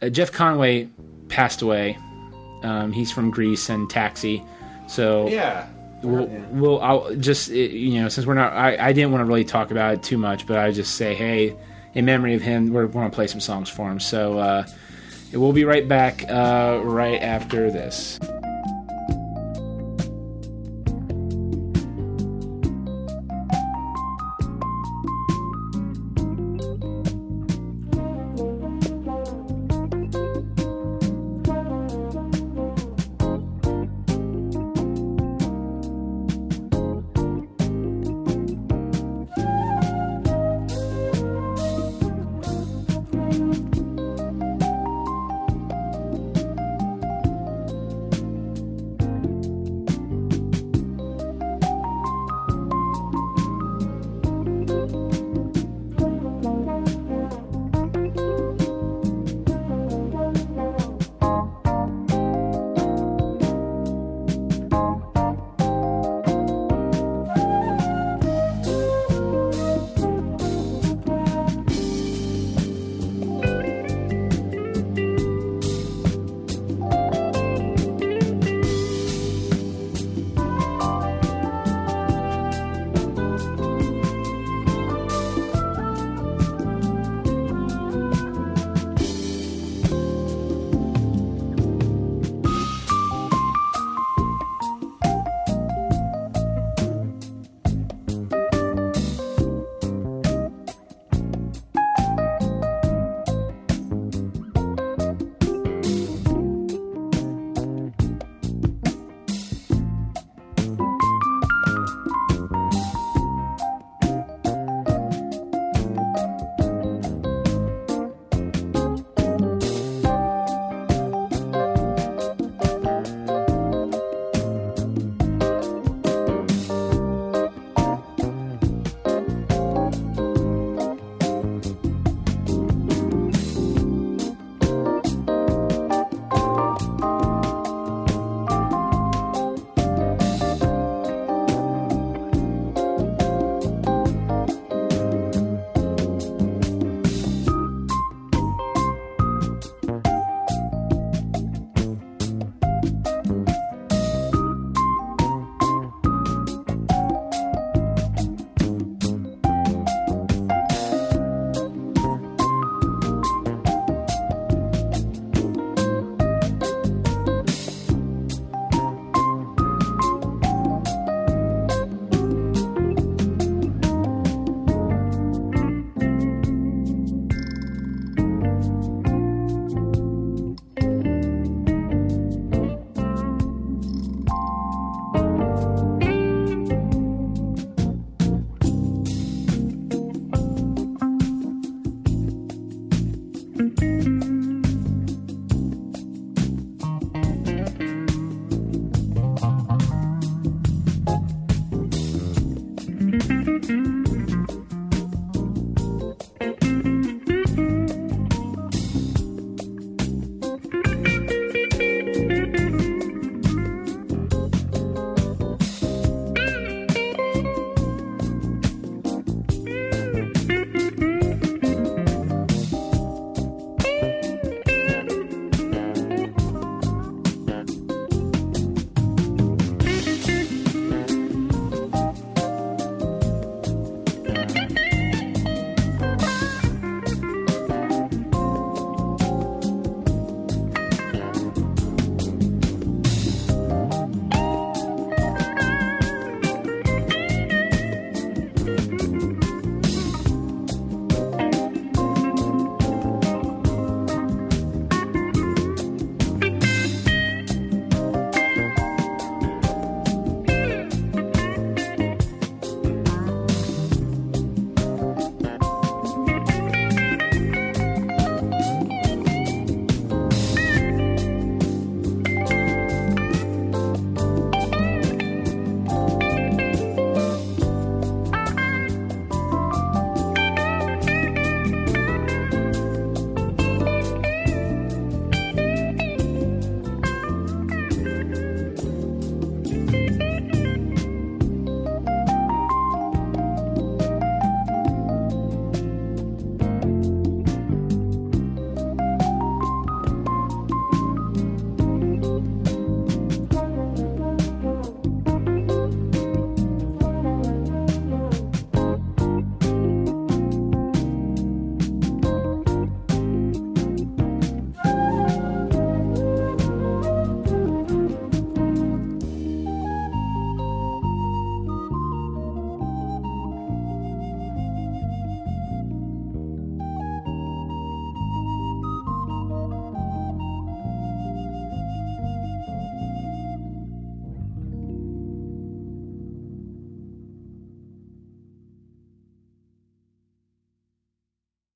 uh, Jeff Conway passed away. Um, he's from Greece and Taxi, so
Yeah.
We'll, we'll I'll just it, you know since we're not I, I didn't want to really talk about it too much, but I just say hey, in memory of him, we're going to play some songs for him. So uh, we'll be right back uh, right after this.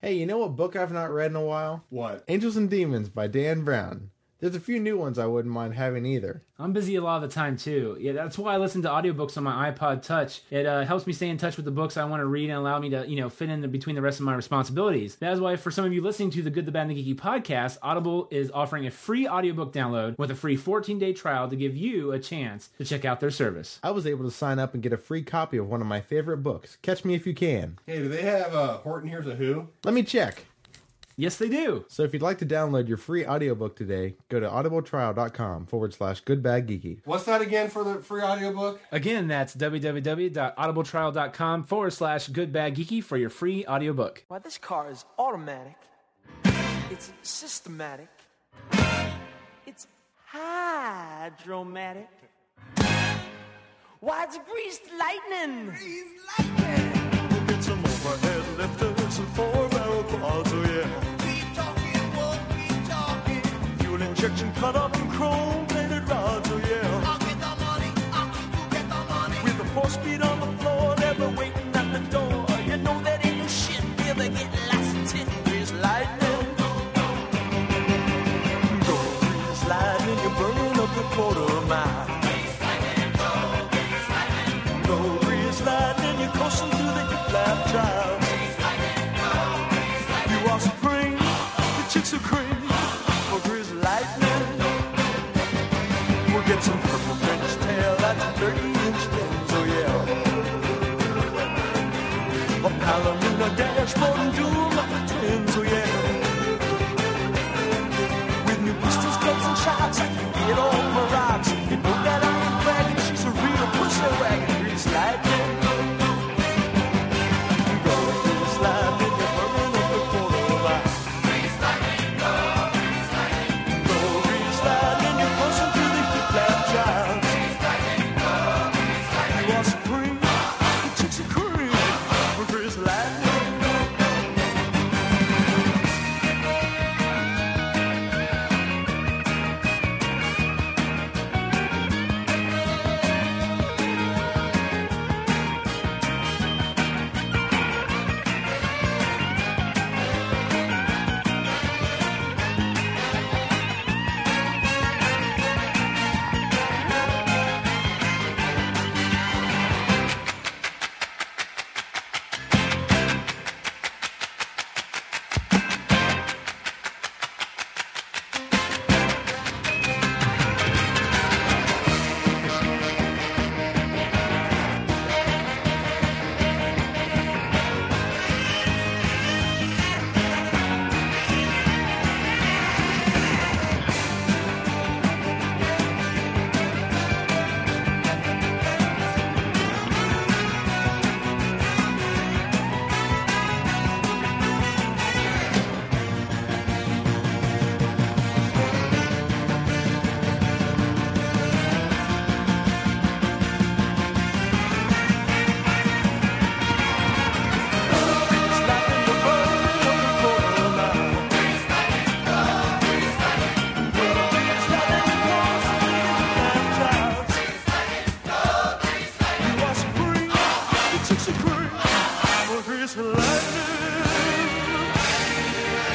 Hey, you know what book I've not read in a while?
What?
Angels and Demons by Dan Brown. There's a few new ones I wouldn't mind having either.
I'm busy a lot of the time too. Yeah, that's why I listen to audiobooks on my iPod Touch. It uh, helps me stay in touch with the books I want to read and allow me to, you know, fit in the, between the rest of my responsibilities. That is why for some of you listening to the Good, the Bad, and the Geeky podcast, Audible is offering a free audiobook download with a free 14-day trial to give you a chance to check out their service.
I was able to sign up and get a free copy of one of my favorite books. Catch me if you can.
Hey, do they have uh, Horton Hears a Who?
Let me check.
Yes, they do.
So if you'd like to download your free audiobook today, go to audibletrial.com forward slash goodbadgeeky.
What's that again for the free audiobook?
Again, that's www.audibletrial.com forward slash good bad geeky for your free audiobook.
Why, this car is automatic. It's systematic. It's hydromatic. Why, it's greased lightning. Greased lightning.
We'll get some overhead lifters and four barrel quads, oh yeah.
Keep talking, won't keep talking.
Fuel injection cut up and chrome plated rods, oh yeah.
I'll get the money, I'll keep you get the money.
With a four speed on the floor, never waiting at the door. You know that ain't no shit,
Feel they get lots of titty.
grease lightning. Go grease lightning, you're burning up the quarter mile. Go grease lightning, you're coasting through the lap trial. You are supreme, the chicks are cream. For grease lightning, we'll get some purple French tail, that's a 30 inch lens, oh yeah. A palom in the dashboard and doom like the twins, oh yeah. With new pistols, guns, and shots, I can get off my rocks. You know that I ain't bragging, she's a real pussy wagon. Grease lightning. Go, grease lightning, you're burning up the quarter of a- Go, grease lightning, you're busting through the hip-lap jobs. You are supreme, the chicks are cream. For grease lightning. Lightning.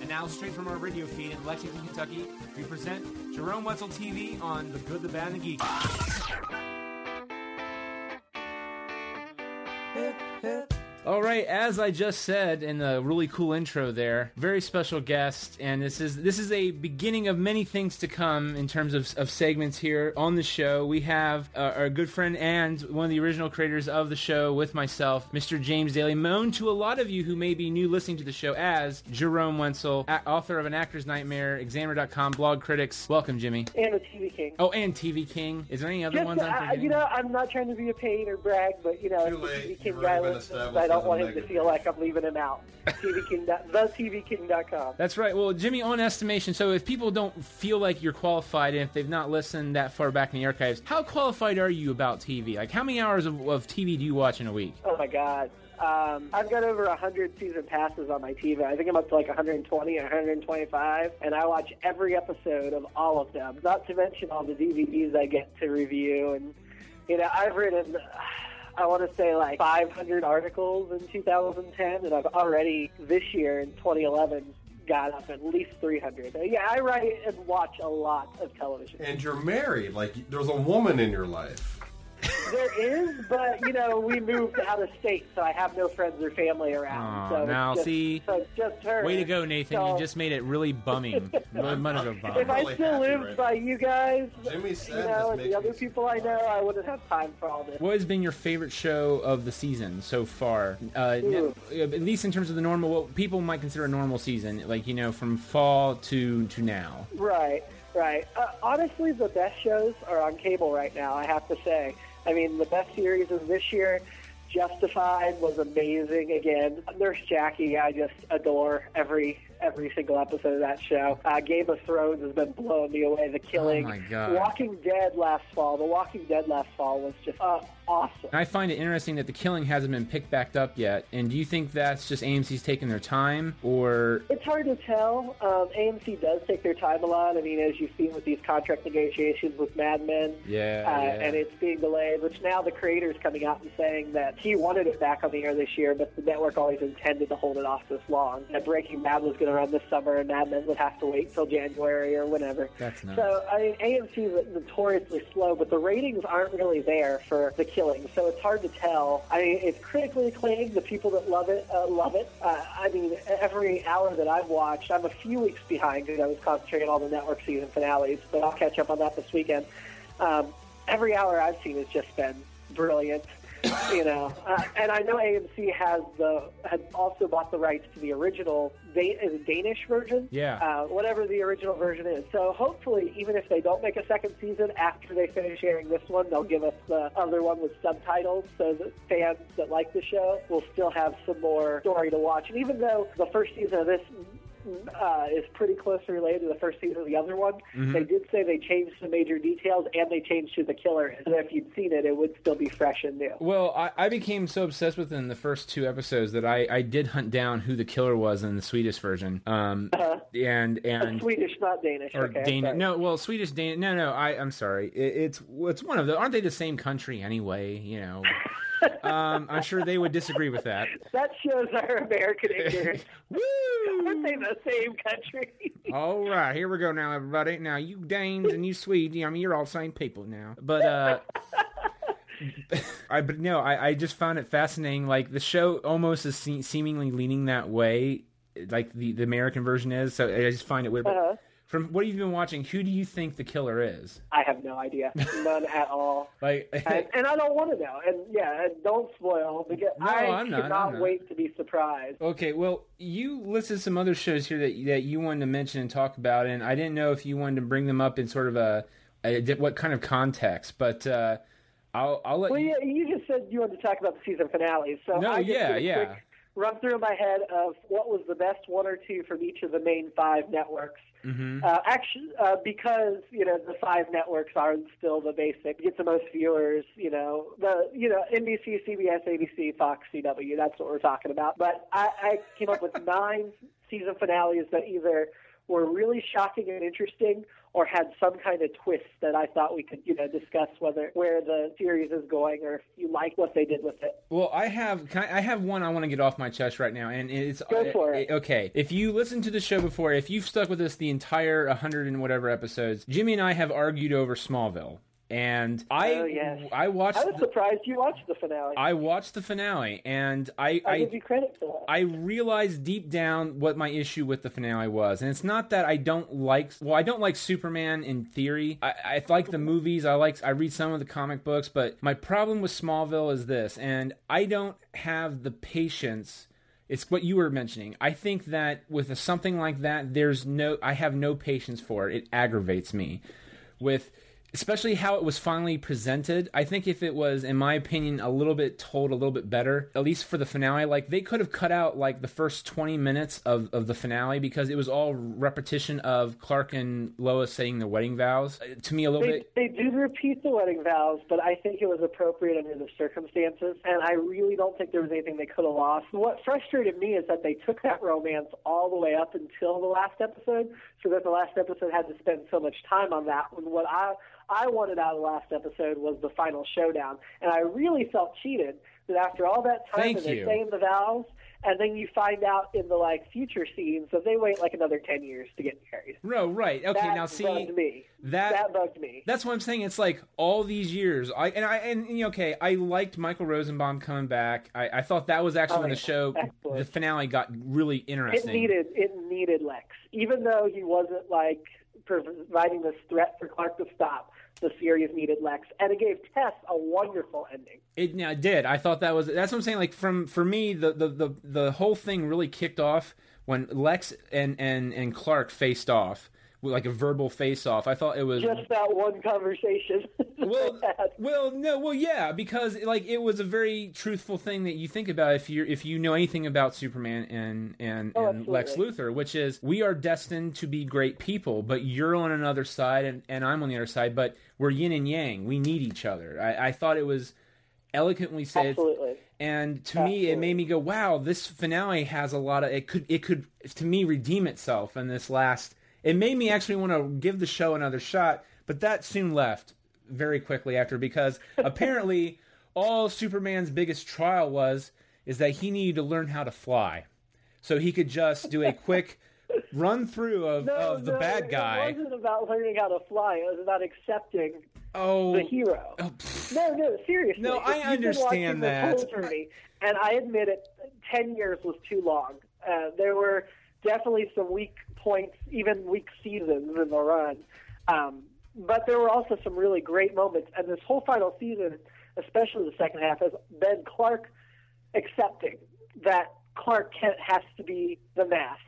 And now, straight from our radio feed in Lexington, Kentucky, we present Jerome Wetzel TV on The Good, the Bad, and the Geeky.
All right, as I just said in the really cool intro there, very special guest, and this is this is a beginning of many things to come in terms of, of segments here on the show. We have uh, our good friend and one of the original creators of the show with myself, Mr. James Daly, known to a lot of you who may be new listening to the show as Jerome Wenzel, a- author of An Actor's Nightmare, Examiner.com, Blog Critics. Welcome, Jimmy.
and a TV king.
Oh, and TV King. Is there any other
Just,
ones I'm
I,
forgetting?
you know, I'm not trying to be a pain or brag, but you know,
Too
it's a
late.
TV king
You've
guy
already been
listening to
established
that don't want him to feel like I'm leaving him out. TVKing. TheTVKing.com.
That's right. Well, Jimmy, on estimation, so if people don't feel like you're qualified and if they've not listened that far back in the archives, how qualified are you about TV? Like, how many hours of, of TV do you watch in a week?
Oh my God. Um, I've got over 100 season passes on my TV. I think I'm up to like 120 or 125, and I watch every episode of all of them, not to mention all the DVDs I get to review. And, you know, I've written, I want to say like 500 articles in 2010, and I've already, this year in 2011, got up at least 300. So, yeah, I write and watch a lot of television.
And you're married. Like there's a woman in your life.
There is, but you know, we moved out of state, so I have no friends or family around.
Aw,
so it's
now,
just,
see?
so it's just her.
Way to go, Nathan.
So
You just made it really bumming. Mon- mon of a bum.
If I
really
still
happy
lived
right
by you guys,
Jimmy
you
said
know,
this
and the
makes
other
me
people I know, I wouldn't have time for all this.
What has been your favorite show of the season so far? Uh,
Ooh.
n- at least in terms of the normal, what people might consider a normal season, like you know, from fall to to now.
Right, right. Uh, honestly, the best shows are on cable right now. I have to say. I mean, the best series of this year, Justified was amazing. Again, Nurse Jackie, I just adore every every single episode of that show. Uh, Game of Thrones has been blowing me away. The Killing,
Oh my God.
Walking Dead last fall. The Walking Dead last fall was just uh, awesome.
I find it interesting that the killing hasn't been picked back up yet. And do you think that's just AMC's taking their time, or
It's hard to tell. Um, AMC does take their time a lot. I mean, as you've seen with these contract negotiations with Mad Men,
Yeah,
uh,
yeah.
and it's being delayed. Which now the creator's coming out and saying that he wanted it back on the air this year, but the network always intended to hold it off this long. That Breaking Bad was going to run this summer, and Mad Men would have to wait till January or whenever.
That's nuts.
So I mean, AMC is notoriously slow, but the ratings aren't really there for The Killing, so it's hard to tell. I mean, it's critically acclaimed. The people that love it uh, love it. Uh, I mean, every hour that I've watched, I'm a few weeks behind because I was concentrating on the network season finales, but I'll catch up on that this weekend. Um, every hour I've seen has just been brilliant. you know, uh, and I know AMC has the had also bought the rights to the original Dan- is it Danish version.
Yeah.
Uh, whatever the original version is. So hopefully, even if they don't make a second season after they finish airing this one, they'll give us the other one with subtitles so that fans that like the show will still have some more story to watch. And even though the first season of this uh, is pretty closely related to the first season of the other one,
Mm-hmm.
they did say they changed some major details and they changed who the killer is. So if you'd seen it, it would still be fresh and new.
Well, I, I became so obsessed with it in the first two episodes that I, I did hunt down who the killer was in the Swedish version. Um, and and
Uh-huh. Swedish, not Danish.
or
okay,
Danish?
sorry.
No, well, Swedish Danish. No, no. I I'm sorry. It, it's it's one of the. Aren't they the same country anyway? You know. um, I'm sure they would disagree with that.
That shows our American ignorance. Aren't
Woo!
they the same country?
All right, here we go now, everybody. Now you Danes and you Swedes. I mean, you're all the same people now. But uh, I but no, I I just found it fascinating. Like the show almost is se- seemingly leaning that way, like the the American version is. So I just find it weird. But
Uh-huh.
From what you've been watching, who do you think the killer is?
I have no idea. None at all.
Like,
And, and I don't want to know. And yeah, and don't spoil because
No,
I
I'm not, I'm
cannot
not.
wait to be surprised.
Okay, well, you listed some other shows here that that you wanted to mention and talk about, and I didn't know if you wanted to bring them up in sort of a, a di- what kind of context, but uh, I'll I'll let
Well,
you.
yeah, you just said you wanted to talk about the season finales. So
No,
I just
yeah,
did a
yeah.
Quick run through in my head of what was the best one or two from each of the main five networks.
Mm-hmm.
Uh, actually, uh, because you know the five networks are still the basic, get the most viewers. You know the you know NBC, CBS, ABC, Fox, CW. That's what we're talking about. But I, I came up with nine season finales that either were really shocking and interesting or had some kind of twist that I thought we could you know discuss whether where the series is going or if you like what they did with it.
Well, I have can I I have one I want to get off my chest right now, and it's uh,
Go for it.
okay. If you listened to the show before, if you've stuck with us the entire hundred and whatever episodes, Jimmy and I have argued over Smallville, and I
Oh, yes.
I watched
I was
the,
surprised you watched the finale.
I watched the finale, and I
I give you credit for that.
I realized deep down what my issue with the finale was, and it's not that I don't like. Well, I don't like Superman in theory. I, I like the movies. I like. I read some of the comic books, but my problem with Smallville is this, and I don't have the patience. It's what you were mentioning. I think that with a, something like that, there's no. I have no patience for it. It aggravates me with especially how it was finally presented. I think if it was, in my opinion, a little bit told a little bit better, at least for the finale, like they could have cut out like the first 20 minutes of, of the finale because it was all repetition of Clark and Lois saying their wedding vows. Uh, To me, a little
They,
bit.
they do repeat the wedding vows, but I think it was appropriate under the circumstances, and I really don't think there was anything they could have lost. What frustrated me is that they took that romance all the way up until the last episode, so that the last episode had to spend so much time on that. When what I I wanted out of the last episode was the final showdown, and I really felt cheated that after all that time
Thank
and they're
you.
saying the vows, and then you find out in the like future scenes that they wait like another ten years to get married.
No, right. Okay,
that
now see.
bugged me.
that-
that bugged me.
That's what I'm saying. It's like all these years. I and I and, and, okay, I liked Michael Rosenbaum coming back. I, I thought that was actually
Oh,
when the
yeah.
show,
Excellent.
the finale got really
it
interesting.
needed it needed Lex, even though he wasn't like providing this threat for Clark to stop. The series needed Lex, and it gave Tess a wonderful ending.
It, yeah, it did. I thought that was that's what I'm saying. Like from for me, the the the, the whole thing really kicked off when Lex and and and Clark faced off with like a verbal face off. I thought it was
Just that one conversation.
Mm-hmm. well,
they had.
well, no, well, yeah, because like it was a very truthful thing that you think about if you if you know anything about Superman and and,
Oh,
and Lex Luthor, which is we are destined to be great people, but you're on another side and, and I'm on the other side, but we're yin and yang. We need each other. I, I thought it was eloquently said.
Absolutely.
And to me, it made me go, "Wow, this finale has a lot of it could it could to me redeem itself in this last." It made me actually want to give the show another shot, but that soon left very quickly after because apparently all Superman's biggest trial was is that he needed to learn how to fly, so he could just do a quick run through of, of the
no,
bad guy.
It wasn't about learning how to fly. It was about accepting
oh,
the hero. no, no, seriously.
No,
If
I
you've been
understand
watching
that.
This whole journey, and I admit it, ten years was too long. Uh, there were definitely some weak points, even weak seasons in the run, um, but there were also some really great moments. And this whole final season, especially the second half, has been Clark accepting that Clark Kent has to be the mask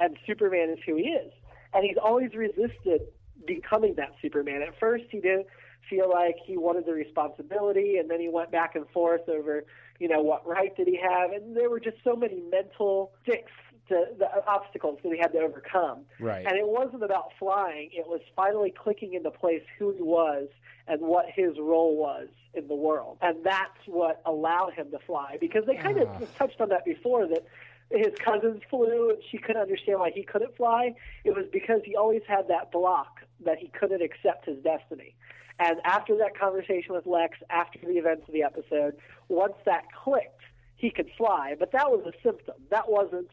and Superman is who he is. And he's always resisted becoming that Superman. At first, he didn't feel like he wanted the responsibility, and then he went back and forth over, you know, what right did he have? And there were just so many mental sticks. To the obstacles that he had to overcome,
Right.
And it wasn't about flying; it was finally clicking into place who he was and what his role was in the world, and that's what allowed him to fly. Because they kind
Ah.
of touched on that before that his cousins flew and she couldn't understand why he couldn't fly. It was because he always had that block that he couldn't accept his destiny. And after that conversation with Lex, after the events of the episode, once that clicked, he could fly. But that was a symptom. That wasn't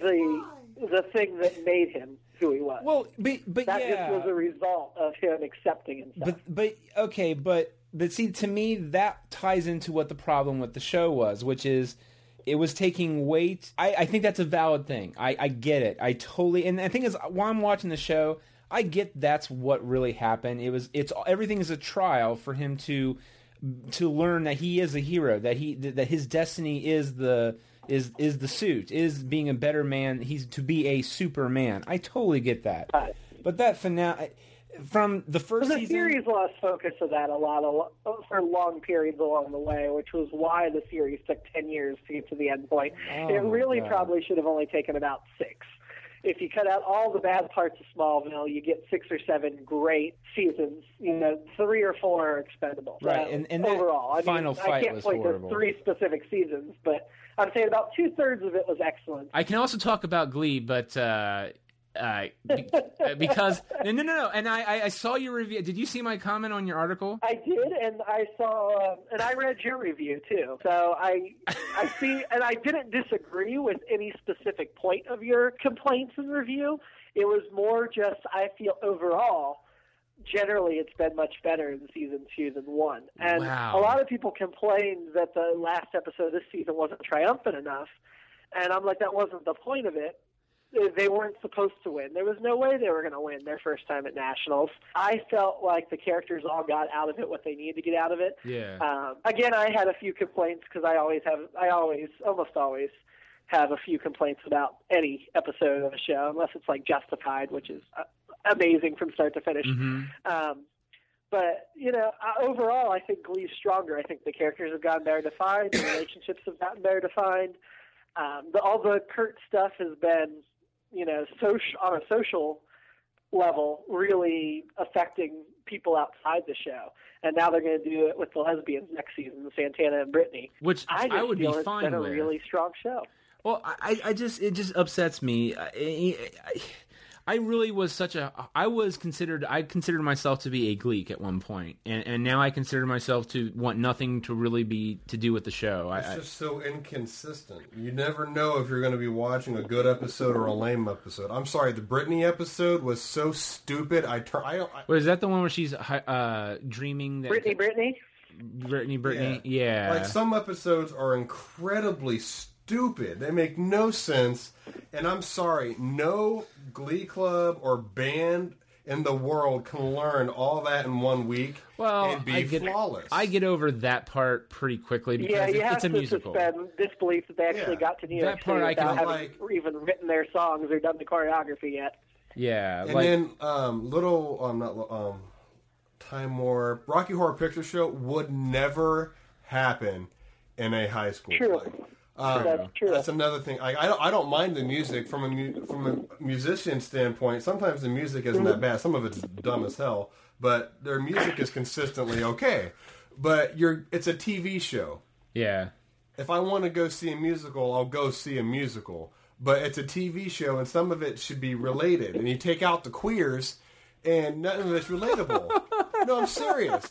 the the thing that made him who he was.
well, but but
that
yeah,
just was a result of him accepting himself.
But but okay, but but see, to me that ties into what the problem with the show was, which is it was taking weight. I, I think that's a valid thing. I, I get it. I totally and I think is while I'm watching the show, I get that's what really happened. It was it's everything is a trial for him to to learn that he is a hero, that he that his destiny is the is is the suit, is being a better man. He's to be a superman. I totally get that. But that finale from the first
the
season
series lost focus of that a lot a lo- for long periods along the way, which was why the series took 10 years to get to the end point.
Oh,
it
my
really
God.
probably should have only taken about six. If you cut out all the bad parts of Smallville, you get six or seven great seasons. You know, three or four are expendable.
Right,
So
and- and that
overall, I mean,
final
I
fight
can't
was
point
horrible.
to three specific seasons, but I'm saying about two thirds of it was excellent.
I can also talk about Glee, but uh, uh, be- uh, because no, no, no, no. And I, I, I saw your review. Did you see my comment on your article?
I did, and I saw, um, and I read your review too. So I, I see, and I didn't disagree with any specific point of your complaints and review. It was more just I feel overall, generally, it's been much better in season two than one. And
Wow.
a lot of people complained that the last episode of this season wasn't triumphant enough, and I'm like, that wasn't the point of it they weren't supposed to win. There was no way they were going to win their first time at nationals. I felt like the characters all got out of it what they needed to get out of it.
Yeah.
Um, again, I had a few complaints because I always have, I always, almost always, have a few complaints about any episode of a
Mm-hmm.
Mm-hmm.
show, unless it's like Justified, which is uh, amazing from start to finish. Um, But you know, I, overall, I think Glee's stronger. I think the characters have gotten better defined. The relationships have gotten better defined. Um, the, all the Kurt stuff has been, you know, social on a social level, really affecting people outside the show. And now they're going to do it with the lesbians next season, Santana and Brittany.
Which
I, just
I would be
feel it's
fine
been a
with.
really strong show.
Well, I, I just it just upsets me. I, I, I really was such a I was considered I considered myself to be a gleek at one point, and and now I consider myself to want nothing to really be to do with the show. I,
It's
I-
just so inconsistent. You never know if you're going to be watching a good episode or a lame episode. I'm sorry, the Britney episode was so stupid. I tur- I, I
Wait, is that the one where she's uh, dreaming that
Brittany, Brittany.
Brittany, Brittany, yeah.
Like some episodes are incredibly stupid. They make no sense. And I'm sorry, no glee club or band in the world can learn all that in one week
well,
and be
I get,
flawless.
I get over that part pretty quickly because
Yeah,
it-
you have
it's a
to
musical.
suspend disbelief that they actually
Yeah.
got to New
That
York
part
City
I
without
can-
having even written their songs or done the choreography yet.
Yeah,
and
like
then um, little um, not Li- um, Time Warp Rocky Horror Picture Show would never happen in a high school.
True.
play. Um,
That's true.
That's another thing. I, I, don't, I don't mind the music from a mu- from a musician standpoint. Sometimes the music isn't
Mm-hmm.
that bad. Some of it's dumb as hell, but their music is consistently okay. But you're it's a TV show.
yeah.
If I want to go see a musical, I'll go see a musical. But it's a TV show, and some of it should be related. And you take out the queers, and none of it's relatable. no, I'm serious.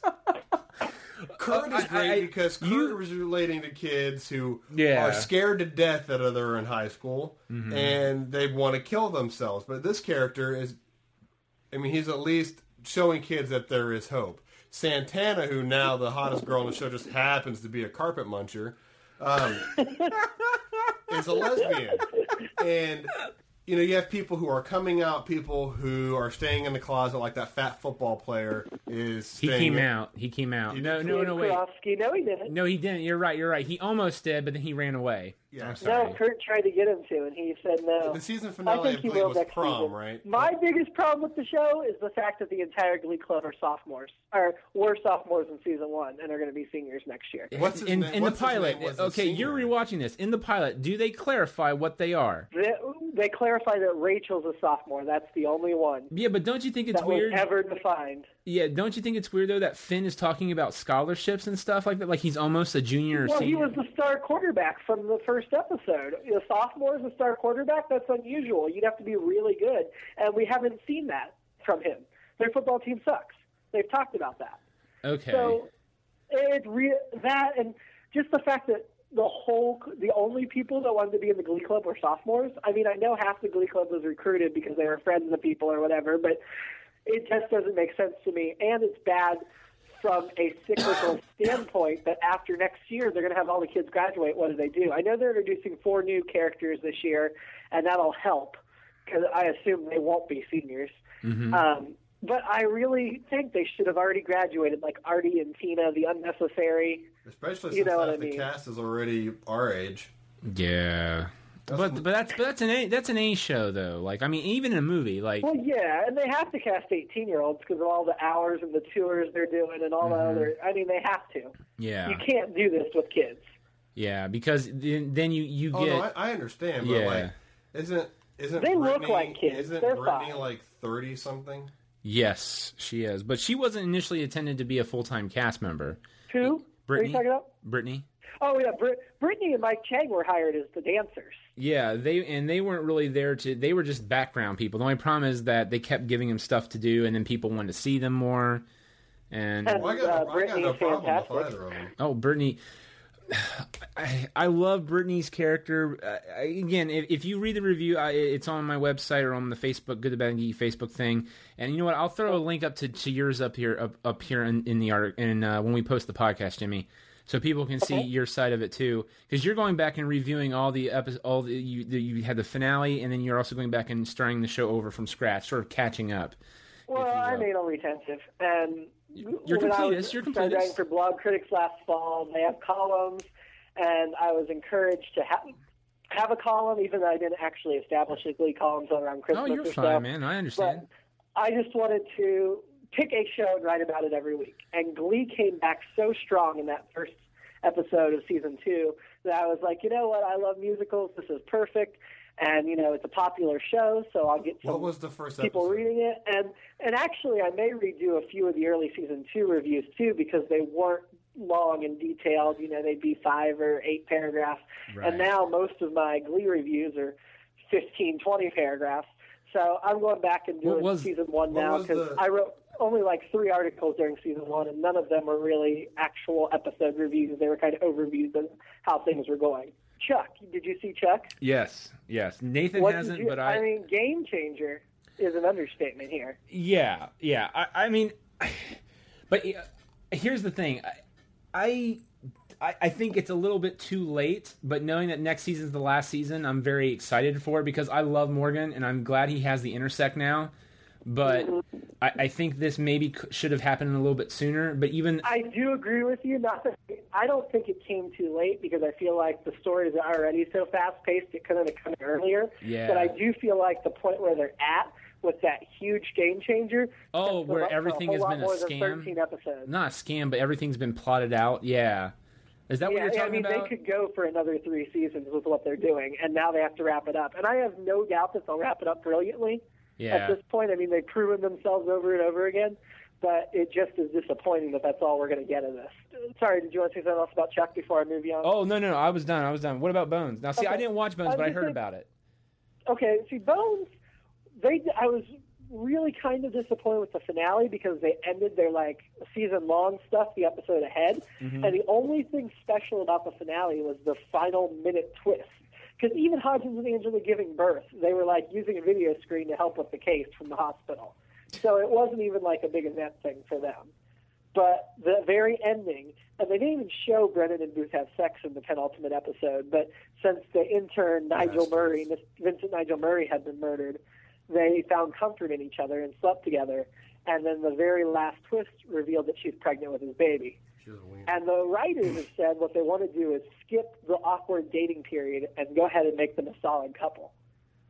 Kurt is great because Kurt was relating to kids who
Yeah.
are scared to death that they're in high school and they want to kill themselves. But this character is, I mean, he's at least showing kids that there is hope. Santana, who now the hottest girl on the show, just happens to be a carpet muncher, um, is a lesbian, and you know you have people who are coming out, people who are staying in the closet, like that fat football player is.
He
staying
came
in-
out. He came out.
You-
No, no, no, wait.
Kurofsky, no, he didn't.
No, he didn't. You're right. You're right. He almost did, but then he ran away.
Yeah.
I'm
No,
sorry.
Kurt tried to get him to, and he said no.
The season
I
finale, I,
think he
believe,
will
was
next
prom,
season.
right?
My biggest problem with the show is the fact that the entire Glee Club are sophomores, or were sophomores in season one, and are going to be seniors next year.
What's his
in,
name-
in the
what's his name
pilot,
was the
okay, you're
senior?
rewatching this. In the pilot, do they clarify what they are?
They, they clarify that Rachel's a sophomore. That's the only one
Yeah, but don't you think it's
that
weird?
was ever defined.
yeah, don't you think it's weird though that Finn is talking about scholarships and stuff like that? Like he's almost a junior or
Well, he
senior.
was the star quarterback from the first episode. A sophomore is a star quarterback? That's unusual. You'd have to be really good. And we haven't seen that from him. Their football team sucks. They've talked about that.
okay.
So it re- that and just the fact that the whole the only people that wanted to be in the glee club were sophomores. I mean, I know half the glee club was recruited because they were friends of the people or whatever, but it just doesn't make sense to me and it's bad from a cyclical standpoint that after next year they're going to have all the kids graduate what do they do i know they're introducing four new characters this year and that'll help because i assume they won't be seniors
Mm-hmm.
um, but I really think they should have already graduated, like Artie and Tina, the unnecessary.
Especially
You
since
know what
half
I
the
mean.
cast is already our age.
yeah. But but that's but that's an A that's an A show though. Like I mean, even in a movie, like
Well, yeah, and they have to cast 18 year olds because of all the hours and the tours they're doing and all the other. I mean, they have to.
Mm-hmm. yeah,
You can't do this with kids.
yeah, because then, then you you
Oh
get
no, I, I understand, but
Yeah.
like, isn't isn't
They look
Britney-
like kids.
Isn't
They're
Brittany
fine.
like thirty something?
yes, she is. But she wasn't initially intended to be a full time cast member.
Who? What Are
Brittany?
you talking about?
Brittany.
Oh, yeah, Brit- Brittany and Mike Chang were hired as the dancers.
Yeah, they and they weren't really there to. They were just background people. The only problem is that they kept giving them stuff to do, and then people wanted to see them more. And
And
Well, I got,
uh,
no- I got
Brittany's
no problem
fantastic.
with either of them.
oh, Brittany, I, I love Brittany's character. Uh, I, again, if, if you read the review, I, it's on my website or on the Facebook Good to Bad and Geeky Facebook thing. And you know what? I'll throw a link up to, to yours up here up, up here in, in the art and uh, when we post the podcast, Jimmy. So people can see your side of it too, because you're going back and reviewing all the episodes. All the you, the you had the finale, and then you're also going back and starting the show over from scratch, sort of catching up.
Well, I'm
will.
anal retentive, and
you're
when I
completist,
was
you're
started writing
completist.
for Blog Critics last fall. They have columns, and I was encouraged to have have a column, even though I didn't actually establish a Glee column until around Christmas.
Oh, you're
or
fine,
so.
man. I
But
understand.
I just wanted to pick a show and write about it every week. And Glee came back so strong in that first episode of season two that I was like, you know what? I love musicals. This is perfect. And you know, it's a popular show, so I'll get some
What was the first
people
episode?
reading it. And and actually, I may redo a few of the early season two reviews too because they weren't long and detailed. You know, they'd be five or eight paragraphs.
Right.
And now most of my Glee reviews are 15, 20 paragraphs. So I'm going back and
What
doing
was-
season one
what
now
was
because
the-
I wrote only like three articles during season one, and none of them were really actual episode reviews. They were kind of overviews of how things were going. Chuck, did you see Chuck?
Yes, yes. Nathan
What did
hasn't,
you-
but I.
I mean, game changer is an understatement here.
Yeah, yeah. I, I mean, but uh, here's the thing. I, I I think it's a little bit too late, but knowing that next season's the last season, I'm very excited for it because I love Morgan and I'm glad he has the intersect now. But I, I think this maybe c- should have happened a little bit sooner. But even
I do agree with you. Not that I don't think it came too late because I feel like the stories are already so fast paced it couldn't have come earlier.
Yeah.
But I do feel like the point where they're at with that huge game changer.
Oh,
sets them
where
up for
everything
a whole
has
lot
been a
more
scam?
Than Thirteen episodes.
not a scam, but everything's been plotted out. Yeah, is that what
yeah,
you're
yeah,
talking
I mean,
about?
They could go for another three seasons with what they're doing, and now they have to wrap it up. And I have no doubt that they'll wrap it up brilliantly.
Yeah.
At this point, I mean, they've proven themselves over and over again, but it just is disappointing that that's all we're going to get of this. Sorry, did you want to say something else about Chuck before I move you on?
Oh no, no, no, I was done. I was done. What about Bones? Now, see, I
Okay.
didn't watch Bones,
I
but I
just
heard
think-
about it.
Okay, see Bones, they I was really kind of disappointed with the finale because they ended their like season long stuff the episode ahead,
Mhm.
and the only thing special about the finale was the final minute twist. Because even Hodgins and Angela giving birth, they were like using a video screen to help with the case from the hospital, so it wasn't even like a big event thing for them. But the very ending, and they didn't even show Brennan and Booth have sex in the penultimate episode. But since the intern Nigel Murray, Miss- Vincent Nigel Murray, had been murdered, they found comfort in each other and slept together. And then the very last twist revealed that she's pregnant with his baby. And the writers have said what they want to do is skip the awkward dating period and go ahead and make them a solid couple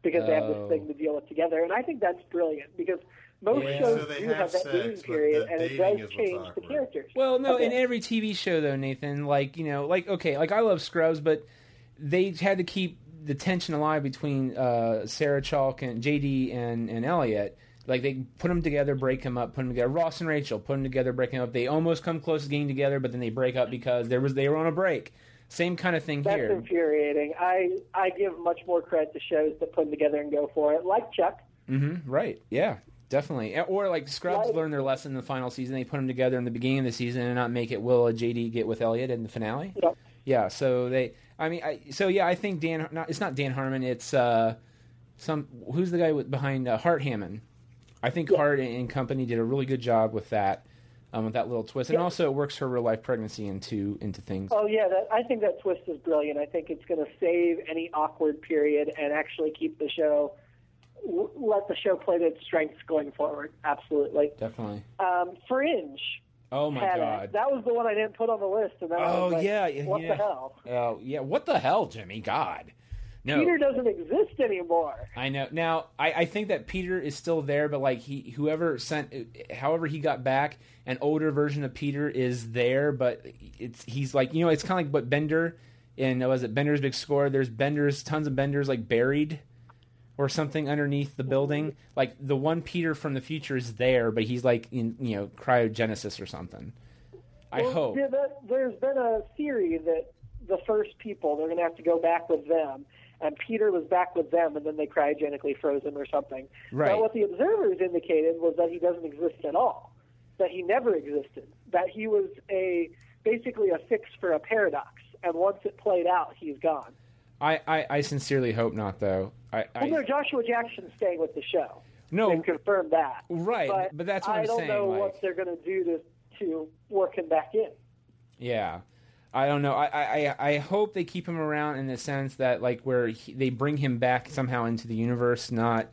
because they have
Oh.
this thing to deal with together. And I think that's brilliant because most
Yeah.
shows
So they
do
have
have that
sex,
dating
but
period,
the
and it
dating
does
is what's
change the characters.
Well, no,
Okay.
in every TV show though, Nathan, like you know, like okay, like I love Scrubs, but they had to keep the tension alive between uh, Sarah Chalk and JD and and Elliot. Like they put them together, break them up, put them together. Ross and Rachel put them together, break them up. They almost come close to getting together, but then they break up because there was they were on a break. Same kind of thing
That's
here.
infuriating. I I give much more credit to shows that put them together and go for it, like Chuck.
Mm-hmm. Right. Yeah. Definitely. Or like Scrubs learned their lesson in the final season. They put them together in the beginning of the season and not make it Will JD get with Elliot in the finale. Yeah. So they. I mean. I, so yeah. I think Dan. Not, it's not Dan Harmon. It's uh, some. Who's the guy with, behind uh, Hart Hammond? I think Hart and, and company did a really good job with that. Um, with that little twist, and
Yeah.
also it works her real life pregnancy into into things.
Oh yeah, that, I think that twist is brilliant. I think it's going to save any awkward period and actually keep the show, w- let the show play to its strengths going forward. Absolutely.
Definitely.
Um, Fringe.
Oh my
had it.
god.
that was the one I didn't put on the list, and then I
Oh
was like,
yeah, yeah.
what
yeah.
the hell?
Oh yeah. What the hell, Jimmy? God. No.
Peter doesn't exist anymore.
I know. Now, I, I think that Peter is still there, but like he, whoever sent, however he got back, an older version of Peter is there, but it's he's like you know it's kind of like what Bender in uh, was it Bender's Big Score? There's Bender's tons of Benders like buried or something underneath the building. Like the one Peter from the future is there, but he's like in you know cryogenesis or something. I
Well,
hope.
yeah, that, there's been a theory that the first people they're going to have to go back with them, and Peter was back with them, and then they cryogenically froze him or something.
Right.
But what the observers indicated was that he doesn't exist at all, that he never existed, that he was a basically a fix for a paradox, and once it played out, he's gone.
I, I I sincerely hope not though. I, I
well, no, Joshua Jackson's staying with the show.
No.
they've confirmed that.
Right,
but,
but that's what
I
I'm
don't
saying,
know
like-
what they're going to do to to work him back in.
Yeah, I don't know. I I, I- I hope they keep him around in the sense that like where he, they bring him back somehow into the universe, not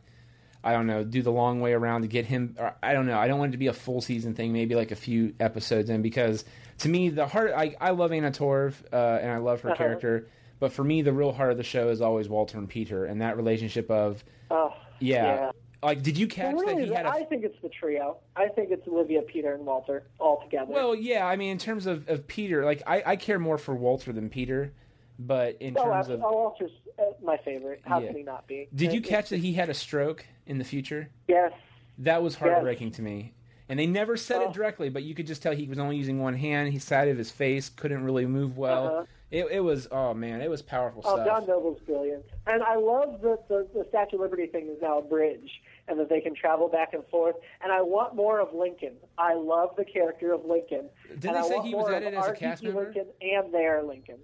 I don't know, do the long way around to get him. Or, I don't know. I don't want it to be a full season thing. Maybe like a few episodes in because to me the heart. I I love Anna Torv uh, and I love her
Uh-huh.
character, but for me the real heart of the show is always Walter and Peter and that relationship of
Oh,
yeah.
yeah.
Like, did you catch
Well,
that
really,
he had a
I think it's the trio. I think it's Olivia, Peter, and Walter all together.
Well, yeah, I mean, in terms of, of Peter, like I, I care more for Walter than Peter, but in
oh,
terms
abs-
of,
oh, Walter's uh, my favorite. How
Yeah.
can he not be?
did you
It-
catch that he had a stroke in the future?
Yes. Oh.
That was heartbreaking to me, and they never said it directly, but you could just tell he was only using one hand. He side of his face couldn't really move well.
Uh-huh.
It, it was oh man, it was powerful
Oh,
stuff.
John Noble's brilliant, and I love that the, the Statue of Liberty thing is now a bridge, and that they can travel back and forth. And I want more of Lincoln. I love the character of Lincoln.
Didn't
and
they
I
say
want
he was
more
added
of
as a
RTE
cast member?
Lincoln and their Lincoln.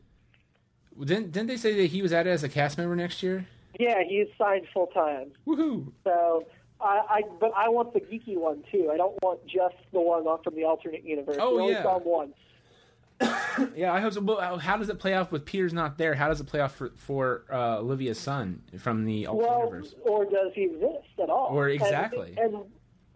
Didn't didn't they say that he was added as a cast member next year?
Yeah, he's signed full time.
Woohoo!
So. I, I but I want the geeky one too. I don't want just the one on from the alternate universe.
Oh,
we only
yeah.
saw one.
Yeah, I hope so. Well, how- how does it play off with Peter's not there? How does it play off for, for uh, Olivia's son from the alternate
Well,
universe?
or does he exist at all?
Or
And-
exactly.
And,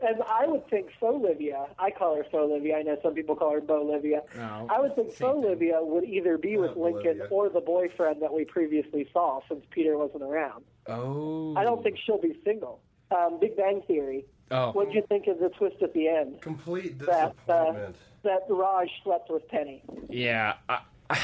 and I would think Folivia. I call her Folivia. I know some people call her Bolivia.
No.
I would think Folivia would either be with Lincoln
Bolivia.
or the boyfriend that we previously saw, since Peter wasn't around.
Oh,
I don't think she'll be single. Um, Big Bang Theory.
Oh.
What'd you think of the twist at the end?
Complete
that uh, that Raj slept with Penny.
Yeah, I,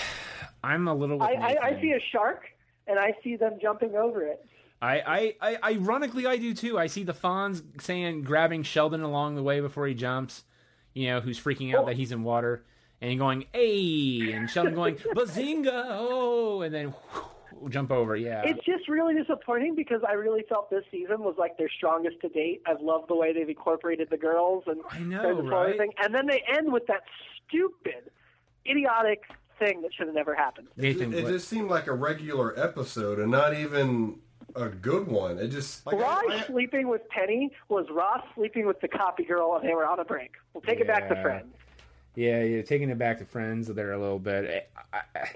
I'm a little. With
I, I,
Nathan.
I see a shark, and I see them jumping over it.
I, I, I, ironically, I do too. I see the Fonz saying, grabbing Sheldon along the way before he jumps, you know, who's freaking out that he's in water, and going, "Hey!" and Sheldon going, "Bazinga!" Oh, and then whew, jump over. Yeah,
It's just really disappointing because I really felt this season was like their strongest to date. I've loved the way they've incorporated the girls and I
know, right?
thing. And then they end with that stupid, idiotic thing that should have never happened.
It, it just seemed like a regular episode and not even a good one. It just like
Ross
I,
sleeping with Penny was Ross sleeping with the copy girl, and they were on a break. We'll take it back to
Yeah.
friends.
yeah, yeah. Taking it back to friends there a little bit.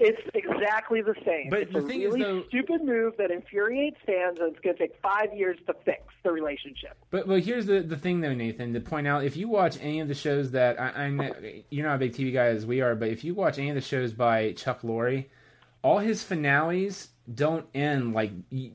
It's exactly the same.
But
it's
the
a
thing is,
really
though-
stupid move that infuriates fans, and it's going to take five years to fix the relationship.
But but here's the the thing though, Nathan, to point out if you watch any of the shows that I, I know you're not a big TV guy as we are, but if you watch any of the shows by Chuck Lorre, all his finales don't end like. y-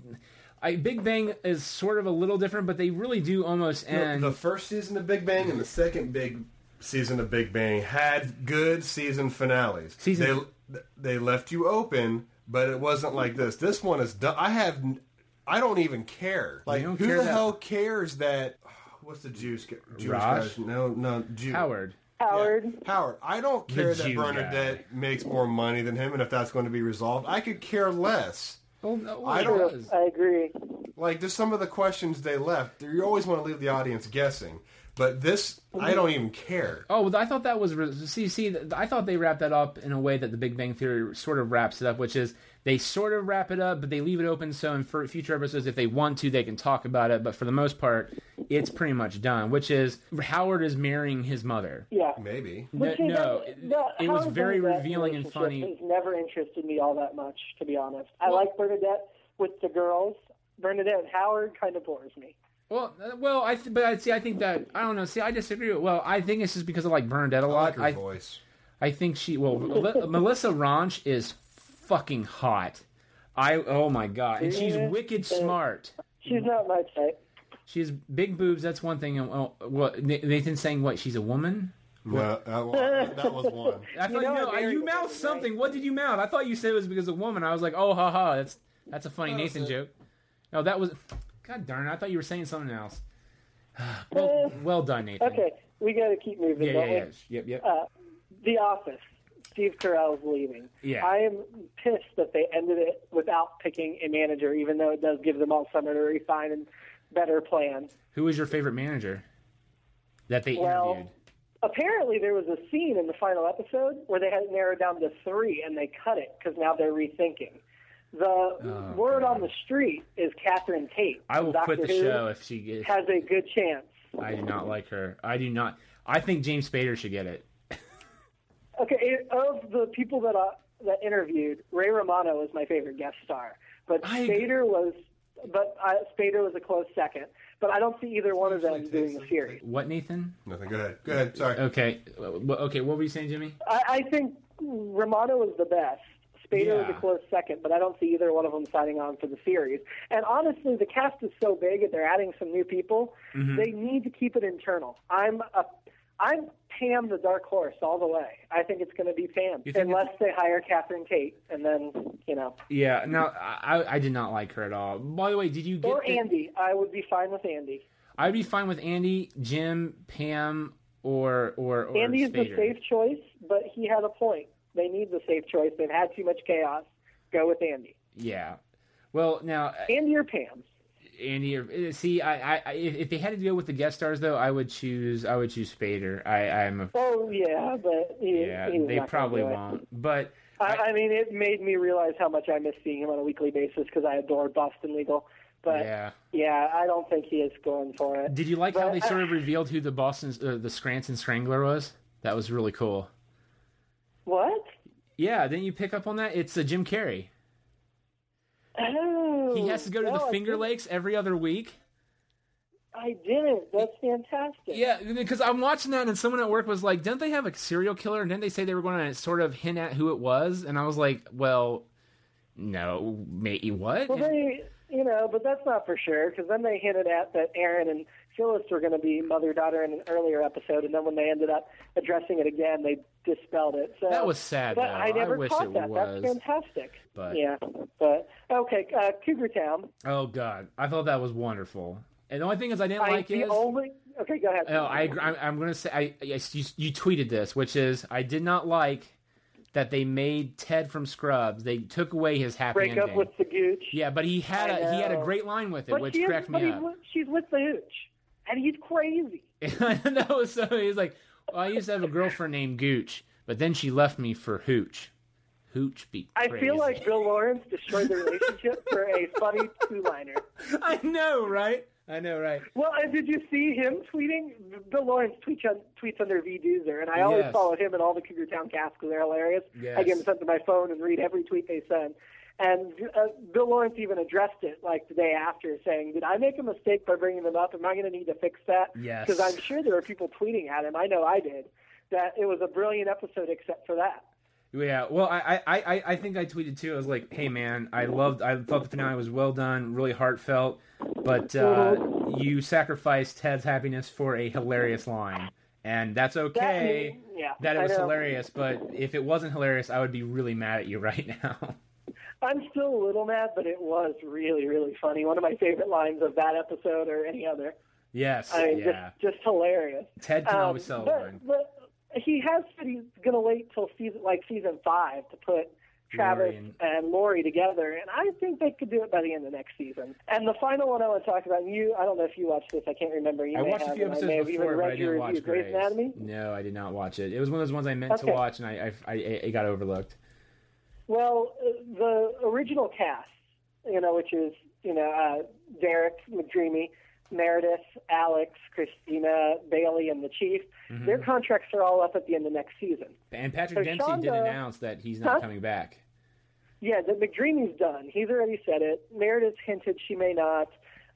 I, Big Bang is sort of a little different, but they really do almost end.
the first season of Big Bang and the second Big season of Big Bang had good season finales. Season they they left you open, but it wasn't like this. This one is done. I have n- I don't even care. Like
don't
who
care
the
that-
hell cares that? What's the Jewish g- Jewish
Raj?
guy's- No, no, Jew.
Howard.
Howard.
Howard. I don't care that
Jew
Bernadette makes more money than him, and if that's going to be resolved, I could care less.
Oh no,
I don't.
I agree.
Like, there's some of the questions they left. You always want to leave the audience guessing, but this, I don't even care.
Oh, well, I thought that was re- see see. th- I thought they wrapped that up in a way that The Big Bang Theory sort of wraps it up, which is they sort of wrap it up, but they leave it open so in fur future episodes, if they want to, they can talk about it. But for the most part, it's pretty much done. Which is Howard is marrying his mother.
Yeah.
Maybe.
No,
But see,
no,
that-
it,
that-
it
how
was
is
very
Bernadette
revealing and
relationship
funny.
Has never interested me all that much, to be honest. I like Bernadette with the girls. Bernadette and Howard kind of bores me.
Well, uh, well, I th- but I see. I think that I don't know. See, I disagree. With, well, I think it's just because I like Bernadette a lot.
like her
I-
voice.
I think she well Mel- Melissa Ranch is fucking hot. I oh my god, and she's
Yeah.
wicked smart.
She's not my type.
She has big boobs. That's one thing. And, oh, what Na- Nathan's saying? What she's a woman?
No, that was, that was one.
I thought
You
you,
know
no,
I
I-
married
you
a
mouthed something. What did you mouth? I thought you said it was because of woman. I was like, oh ha ha, that's that's a
Oh,
funny Nathan joke. No, that was. God darn! it, I thought you were saying something else. well, well done, Nathan.
Eh, Okay, we got to keep moving.
Yeah, yeah,
don't we?
yeah. Yep, yep.
Uh, the Office. Steve Carell's leaving.
Yeah.
I am pissed that they ended it without picking a manager, even though it does give them all summer to refine and better plan.
Who was your favorite manager that they
Well,
interviewed?
Apparently, there was a scene in the final episode where they had it narrowed down to three, and they cut it because now they're rethinking. The word on the street is Catherine Tate.
Oh, I will
Doctor
quit the
Who
show if she gets.
Has a good chance.
I do not like her. I do not. I think James Spader should get it.
Okay, it- of the people that I, that interviewed, Ray Romano was my favorite guest star, but Spader was, but I, Spader was a close second. But I don't see either one of them doing the series.
What, Nathan?
Nothing. Go ahead. Go ahead. Sorry.
Okay. Well, Okay. What were you saying, Jimmy?
I, I think Romano was the best. Spader was
Yeah.
a close second, but I don't see either one of them signing on for the series. And honestly, the cast is so big and they're adding some new people.
Mm-hmm.
Mhm.
They need to keep it internal. I'm a, I'm Pam the dark horse all the way. I think it's going to be Pam
You think
unless they hire Catherine Tate, and then you know.
Yeah, no, I, I did not like her at all. By the way, did you get?
Or
the-
Andy, I would be fine with Andy.
I'd be fine with Andy, Jim, Pam, or or, or
Andy is the
Spader.
safe choice, but he had a point. They need the safe choice. They've had too much chaos. Go with Andy.
Yeah. Well, now
Andy or Pam.
Andy or uh, see, I, I, I if if they had to deal with the guest stars though, I would choose I would choose Spader. I, I'm a
Oh yeah, but he,
yeah.
he's
They
not gonna
probably
do it.
won't, but
I, I mean, it made me realize how much I miss seeing him on a weekly basis because I adored Boston Legal. But yeah.
yeah.
I don't think he is going for it.
Did you like how
But
they
I-
sort of revealed who the Boston uh, the Scranton Strangler was? That was really cool.
What?
Yeah, didn't you pick up on that? It's uh, Jim Carrey.
Oh,
He has to go to
no,
the
I
Finger
didn't-
Lakes every other week.
I didn't. That's fantastic.
Yeah, because I'm watching that, and someone at work was like, "Didn't they have a serial killer?" And then they say they were going to sort of hint at who it was, and I was like, "Well, no, mate, what?"
Well, they, you know, but that's not for sure because then they hinted at that Aaron and Phyllis were going to be mother daughter in an earlier episode, and then when they ended up addressing it again, they dispelled it. So
That was sad,
But
though.
I never
I wish
caught
it
that.
was.
That's fantastic.
But-
yeah, but okay, uh, Cougar Town.
oh god, I thought that was wonderful. And the only thing is, I didn't like
the
it.
only. Okay, go ahead.
No, I, agree- I'm, I'm going to say I yes, you, you tweeted this, which is I did not like that they made Ted from Scrubs. They took away his happy
break
ending.
up with the Gooch.
yeah, but he had
I
a he had a
know.
great line with it,
But
which
she is-
cracked
but
me
he's
up.
with- she's with the Hooch, and he's crazy.
And that was so he's like, well, I used to have a girlfriend named Gooch, but then she left me for Hooch. Hooch be
I
crazy.
feel like Bill Lawrence destroyed the relationship for a funny two-liner.
I know, right? I know, right?
Well, and did you see him tweeting? Bill Lawrence tweets on, tweets under V Doozer, and I always
Yes.
follow him and all the Cougar Town cast because they're hilarious. I
Yes.
get them sent to my phone and read every tweet they send. And uh, Bill Lawrence even addressed it like the day after, saying, "Did I make a mistake by bringing them up? Am I going to need to fix that?"
Yes.
Because I'm sure there were people tweeting at him. I know I did. That it was a brilliant episode, except for that.
Yeah. Well, I, I, I, I think I tweeted too. I was like, "Hey, man, I loved. I thought the finale was well done, really heartfelt, but uh,
Mm-hmm.
you sacrificed Ted's happiness for a hilarious line, and that's okay.
That- yeah,
That it
I
was
know.
hilarious, but if it wasn't hilarious, I would be really mad at you right now.
I'm still a little mad, but it was really, really funny. One of my favorite lines of that episode or any other.
yes.
I mean,
yeah.
just, just hilarious.
Ted can
Um,
always sell
but,
one.
But he has said he's going to wait till season like season five to put Travis
Lori and-
and Lori together, and I think they could do it by the end of next season. And the final one I want to talk about, and you, I don't know if you watched this, I can't remember. You
I
may
watched
have,
a few
and I
episodes
may have
before,
even
but
read
I
your
didn't
review
watch
of Grey's
Grey's.
Anatomy.
No, I did not watch it. It was one of those ones I meant to
Okay.
watch, and I, I, I it got overlooked.
Well, uh, the original cast, you know, which is you know uh, Derek McDreamy, Meredith, Alex, Christina, Bailey, and the Chief.
Mhm.
Their contracts are all up at the end of next season.
And Patrick
So
Dempsey did
Shonda-
announce that he's not
Huh?
coming back.
Yeah, that McDreamy's done. He's already said it. Meredith hinted she may not.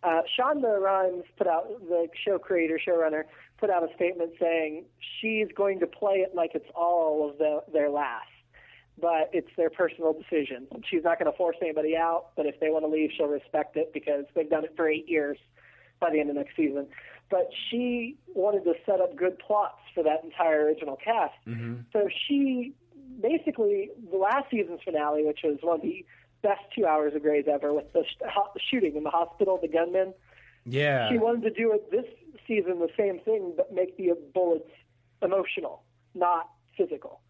Uh, Shonda Rhimes put out the show creator, showrunner, put out a statement saying she's going to play it like it's all of the, their last, but it's their personal decision. She's not going to force anybody out, but if they want to leave, she'll respect it because they've done it for eight years by the end of next season. But she wanted to set up good plots for that entire original cast. So she basically the last season's finale, which was one of the best two hours of Grey's ever, with the sh- ho- shooting in the hospital, the gunman.
Yeah.
She wanted to do it this season, the same thing, but make the bullets emotional, not physical.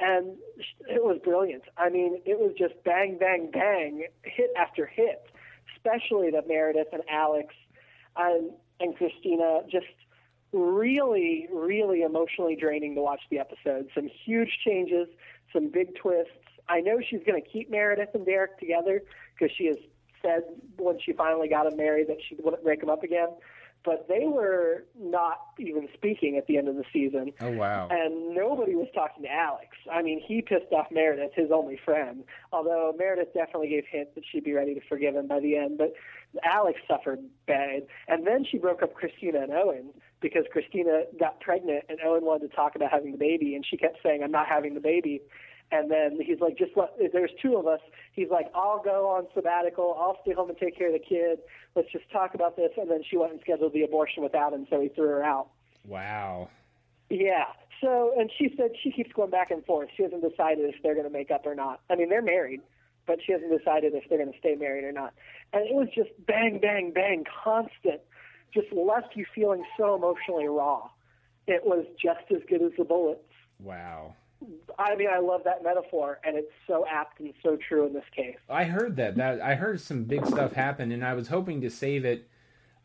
And sh- it was brilliant. I mean, it was just bang, bang, bang, hit after hit. Especially the Meredith and Alex and, Um, and Christina just really, really emotionally draining to watch the episode. Some huge changes, some big twists. I know she's going to keep Meredith and Derek together because she has said when she finally got him married that she wouldn't break him up again. But they were not even speaking at the end of the season.
Oh wow.
And nobody was talking to Alex. I mean, he pissed off Meredith, his only friend. Although Meredith definitely gave hints that she'd be ready to forgive him by the end, but Alex suffered bad. And then she broke up Christina and Owen because Christina got pregnant and Owen wanted to talk about having the baby, and she kept saying, "I'm not having the baby." And then he's like, just let, there's two of us. He's like, I'll go on sabbatical. I'll stay home and take care of the kid. Let's just talk about this. And then she went and scheduled the abortion without him, so he threw her out.
Wow.
Yeah. So, and she said she keeps going back and forth. She hasn't decided if they're going to make up or not. I mean, they're married, but she hasn't decided if they're going to stay married or not. And it was just bang, bang, bang, constant. Just left you feeling so emotionally raw. It was just as good as the bullets.
Wow.
I mean, I love that metaphor, and it's so apt and so true in this case.
I heard that. That I heard some big stuff happen, and I was hoping to save it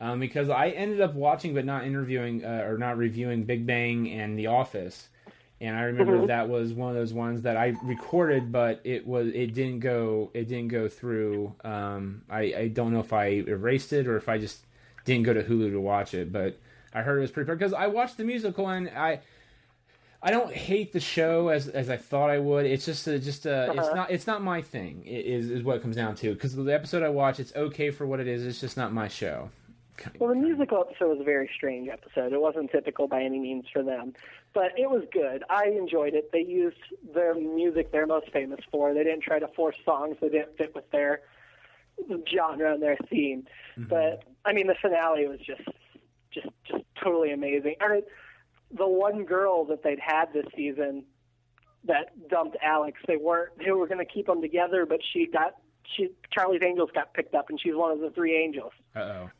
um, because I ended up watching but not interviewing uh, or not reviewing Big Bang and The Office. And I remember
Mhm.
that was one of those ones that I recorded, but it was it didn't go it didn't go through. Um, I I don't know if I erased it or if I just didn't go to Hulu to watch it, but I heard it was pretty because I watched the musical and I I don't hate the show as as I thought I would. It's just a, just a, it's
Uh-huh.
not it's not my thing. i- Is is what it comes down to because the episode I watch, it's okay for what it is. It's just not my show.
Well, the musical episode was a very strange episode. It wasn't typical by any means for them, but it was good. I enjoyed it. They used their music they're most famous for. They didn't try to force songs that didn't fit with their genre and their theme. But I mean, the finale was just, just, just totally amazing. I mean, the one girl that they'd had this season that dumped Alex, they weren't. They were going to keep them together, but she got. She Charlie's Angels got picked up, and she's one of the three angels
Uh oh.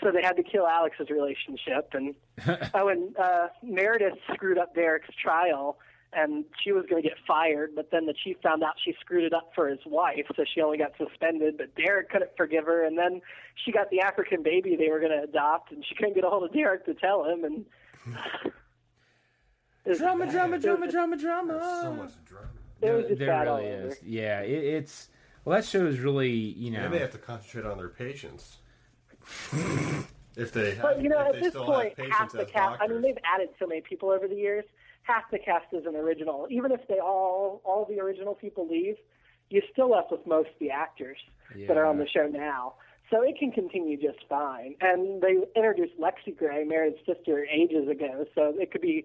so they had to kill Alex's relationship. And oh, and uh, Meredith screwed up Derek's trial, and she was going to get fired. But then the chief found out she screwed it up for his wife, so she only got suspended. But Derek couldn't forgive her, and then she got the African baby they were going to adopt, and she couldn't get a hold of Derek to tell him. And
drama, drama, drama, drama, drama.
It was just
there
bad all
really
over.
is. Yeah, it, it's well that show is really you know.
And they have to concentrate on their patients. if they,
But you know,
if
at
they
this
still
point,
have patients
half the
as
cast. I
doctors.
mean, they've added so many people over the years. Half the cast is an original. Even if they all all the original people leave, you're still left with most of the actors that are on the show now. So it can continue just fine. And they introduced Lexi Gray, Meredith's sister, ages ago. So it could be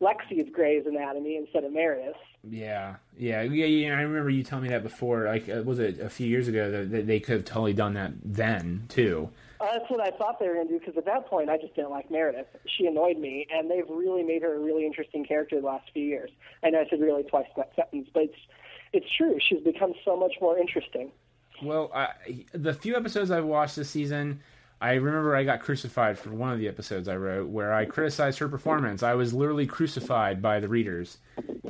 Lexi's Gray's Anatomy instead of Meredith's.
Yeah, yeah, yeah, yeah. I remember you telling me that before. Like, uh, was it a few years ago that that they could have totally done that then too?
Uh, that's what I thought they were going to do because at that point I just didn't like Meredith. She annoyed me, and they've really made her a really interesting character the last few years. I know I said really twice that sentence, but it's it's true. She's become so much more interesting.
Well, I, the few episodes I've watched this season, I remember I got crucified for one of the episodes I wrote where I criticized her performance. I was literally crucified by the readers,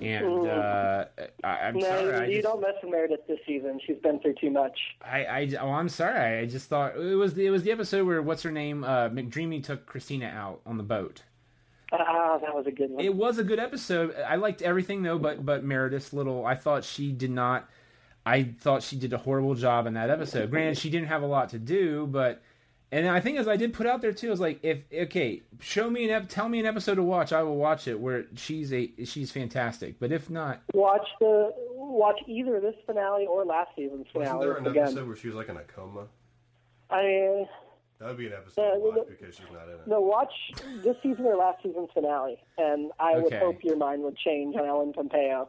and uh, I, I'm
Mm. no,
sorry. I
you
just-
don't mess with Meredith this season. She's been through too much.
I, I oh, I'm sorry. I just thought it was the, it was the episode where what's her name uh, McDreamy took Christina out on the boat.
Ah, that was a good one.
It was a good episode. I liked everything though, but but Meredith's little. I thought she did not. I thought she did a horrible job in that episode. Granted, she didn't have a lot to do, but and I think as I did put out there too, I was like, if okay, show me an ep, tell me an episode to watch, I will watch it. Where she's a she's fantastic, but if not,
Watch the watch either this finale or last season's
Wasn't
finale
there an
again.
episode where she was like in a coma?
I mean,
That would be an episode
no,
to watch
no,
because she's not in it.
no, watch this season or last season's finale, and I would
Okay.
hope your mind would change on Ellen Pompeo.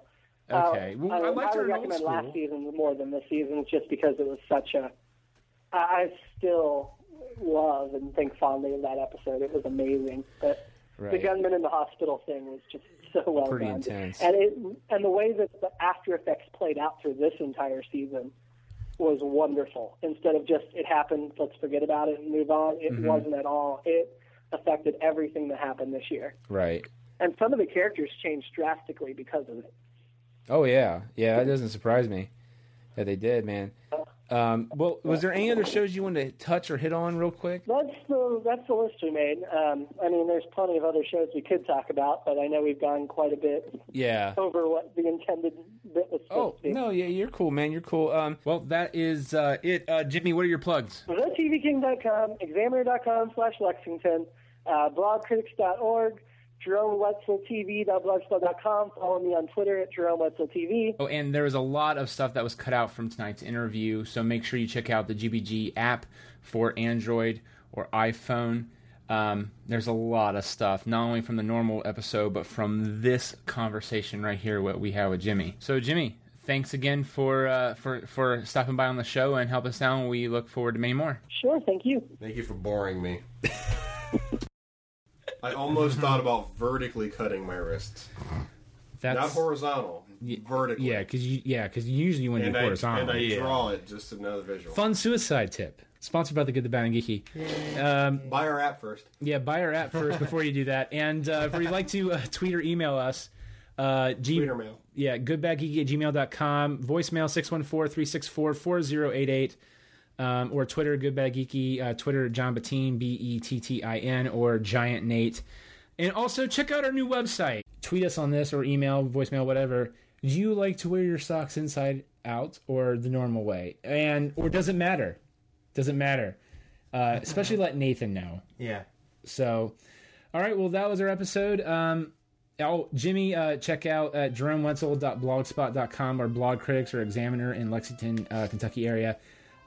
Okay.
Uh,
Well,
I,
I
would-
liked
I would
her in Old
recommend last
School.
season more than this season, just because it was such a. I I still love and think fondly of that episode. It was amazing, but the
Right.
gunman in the hospital thing was just so well
Pretty
done.
intense.
And it and the way that the after effects played out through this entire season was wonderful. Instead of just it happened, let's forget about it and move on. It
Mhm.
wasn't at all. It affected everything that happened this year,
right.
and some of the characters changed drastically because of it.
Oh yeah, yeah. That doesn't surprise me that they did, man. Um, well, was there any other shows you wanted to touch or hit on real quick?
That's the that's the list we made. Um, I mean, there's plenty of other shows we could talk about, but I know we've gone quite a bit
Yeah.
over what the intended bit was supposed
Oh
to be.
no, yeah, you're cool, man. You're cool. Um, well, that is uh, it. Uh, Jimmy, what are your plugs?
TheTVKing.com, Examiner.com slash Lexington, uh, blogcritics.org, Jerome Wetzel TV.blogspot.com. Follow me on Twitter at Jerome Wetzel TV.
Oh, and there was a lot of stuff that was cut out from tonight's interview, so make sure you check out the GBG app for Android or iPhone. Um, there's a lot of stuff, not only from the normal episode, but from this conversation right here, what we had with Jimmy. So, Jimmy, thanks again for uh, for for stopping by on the show and help us out. We look forward to many more.
Sure, thank you.
Thank you for boring me. I almost thought about vertically cutting my wrists.
That's
Not horizontal, vertically.
yeah, because you yeah because usually when you
And I,
horizontal,
and I draw it just another visual.
Fun suicide tip. Sponsored by the Good, the Bad, and Geeky. Um,
buy our app first.
Yeah, buy our app first before you do that. And uh, if you'd like to uh, tweet or email us, uh, G-
Tweet or mail.
Yeah, goodbadgeeky at gmail.com, voicemail 614 364 4088, Um, or Twitter, goodbadgeeky, uh, Twitter, John Bettine, B E T T I N, or Giant Nate. And also check out our new website. Tweet us on this or email, voicemail, whatever. Do you like to wear your socks inside out or the normal way? And or does it matter? Doesn't matter. Uh, especially let Nathan know.
Yeah.
So, all right. Well, that was our episode. Um, oh, Jimmy, uh, check out uh, jeremewetzel.blogspot.com or blog critics or examiner in Lexington, uh, Kentucky area.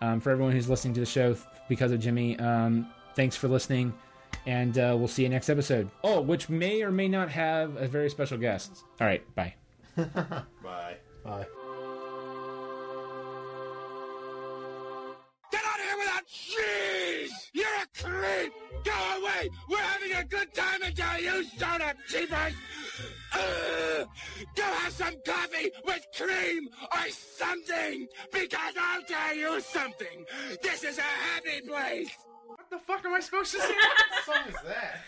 Um, for everyone who's listening to the show th- because of Jimmy, um, thanks for listening, and uh, we'll see you next episode. Oh, which may or may not have a very special guest. All right. Bye.
Bye.
Bye.
Get out of here without cheese! You're a creep! Go away! We're having a good time until you showed up, cheapers! Ugh. go have some coffee with cream or something! Because I'll tell you something! This is a happy place! What the fuck am I supposed to say?
song is that?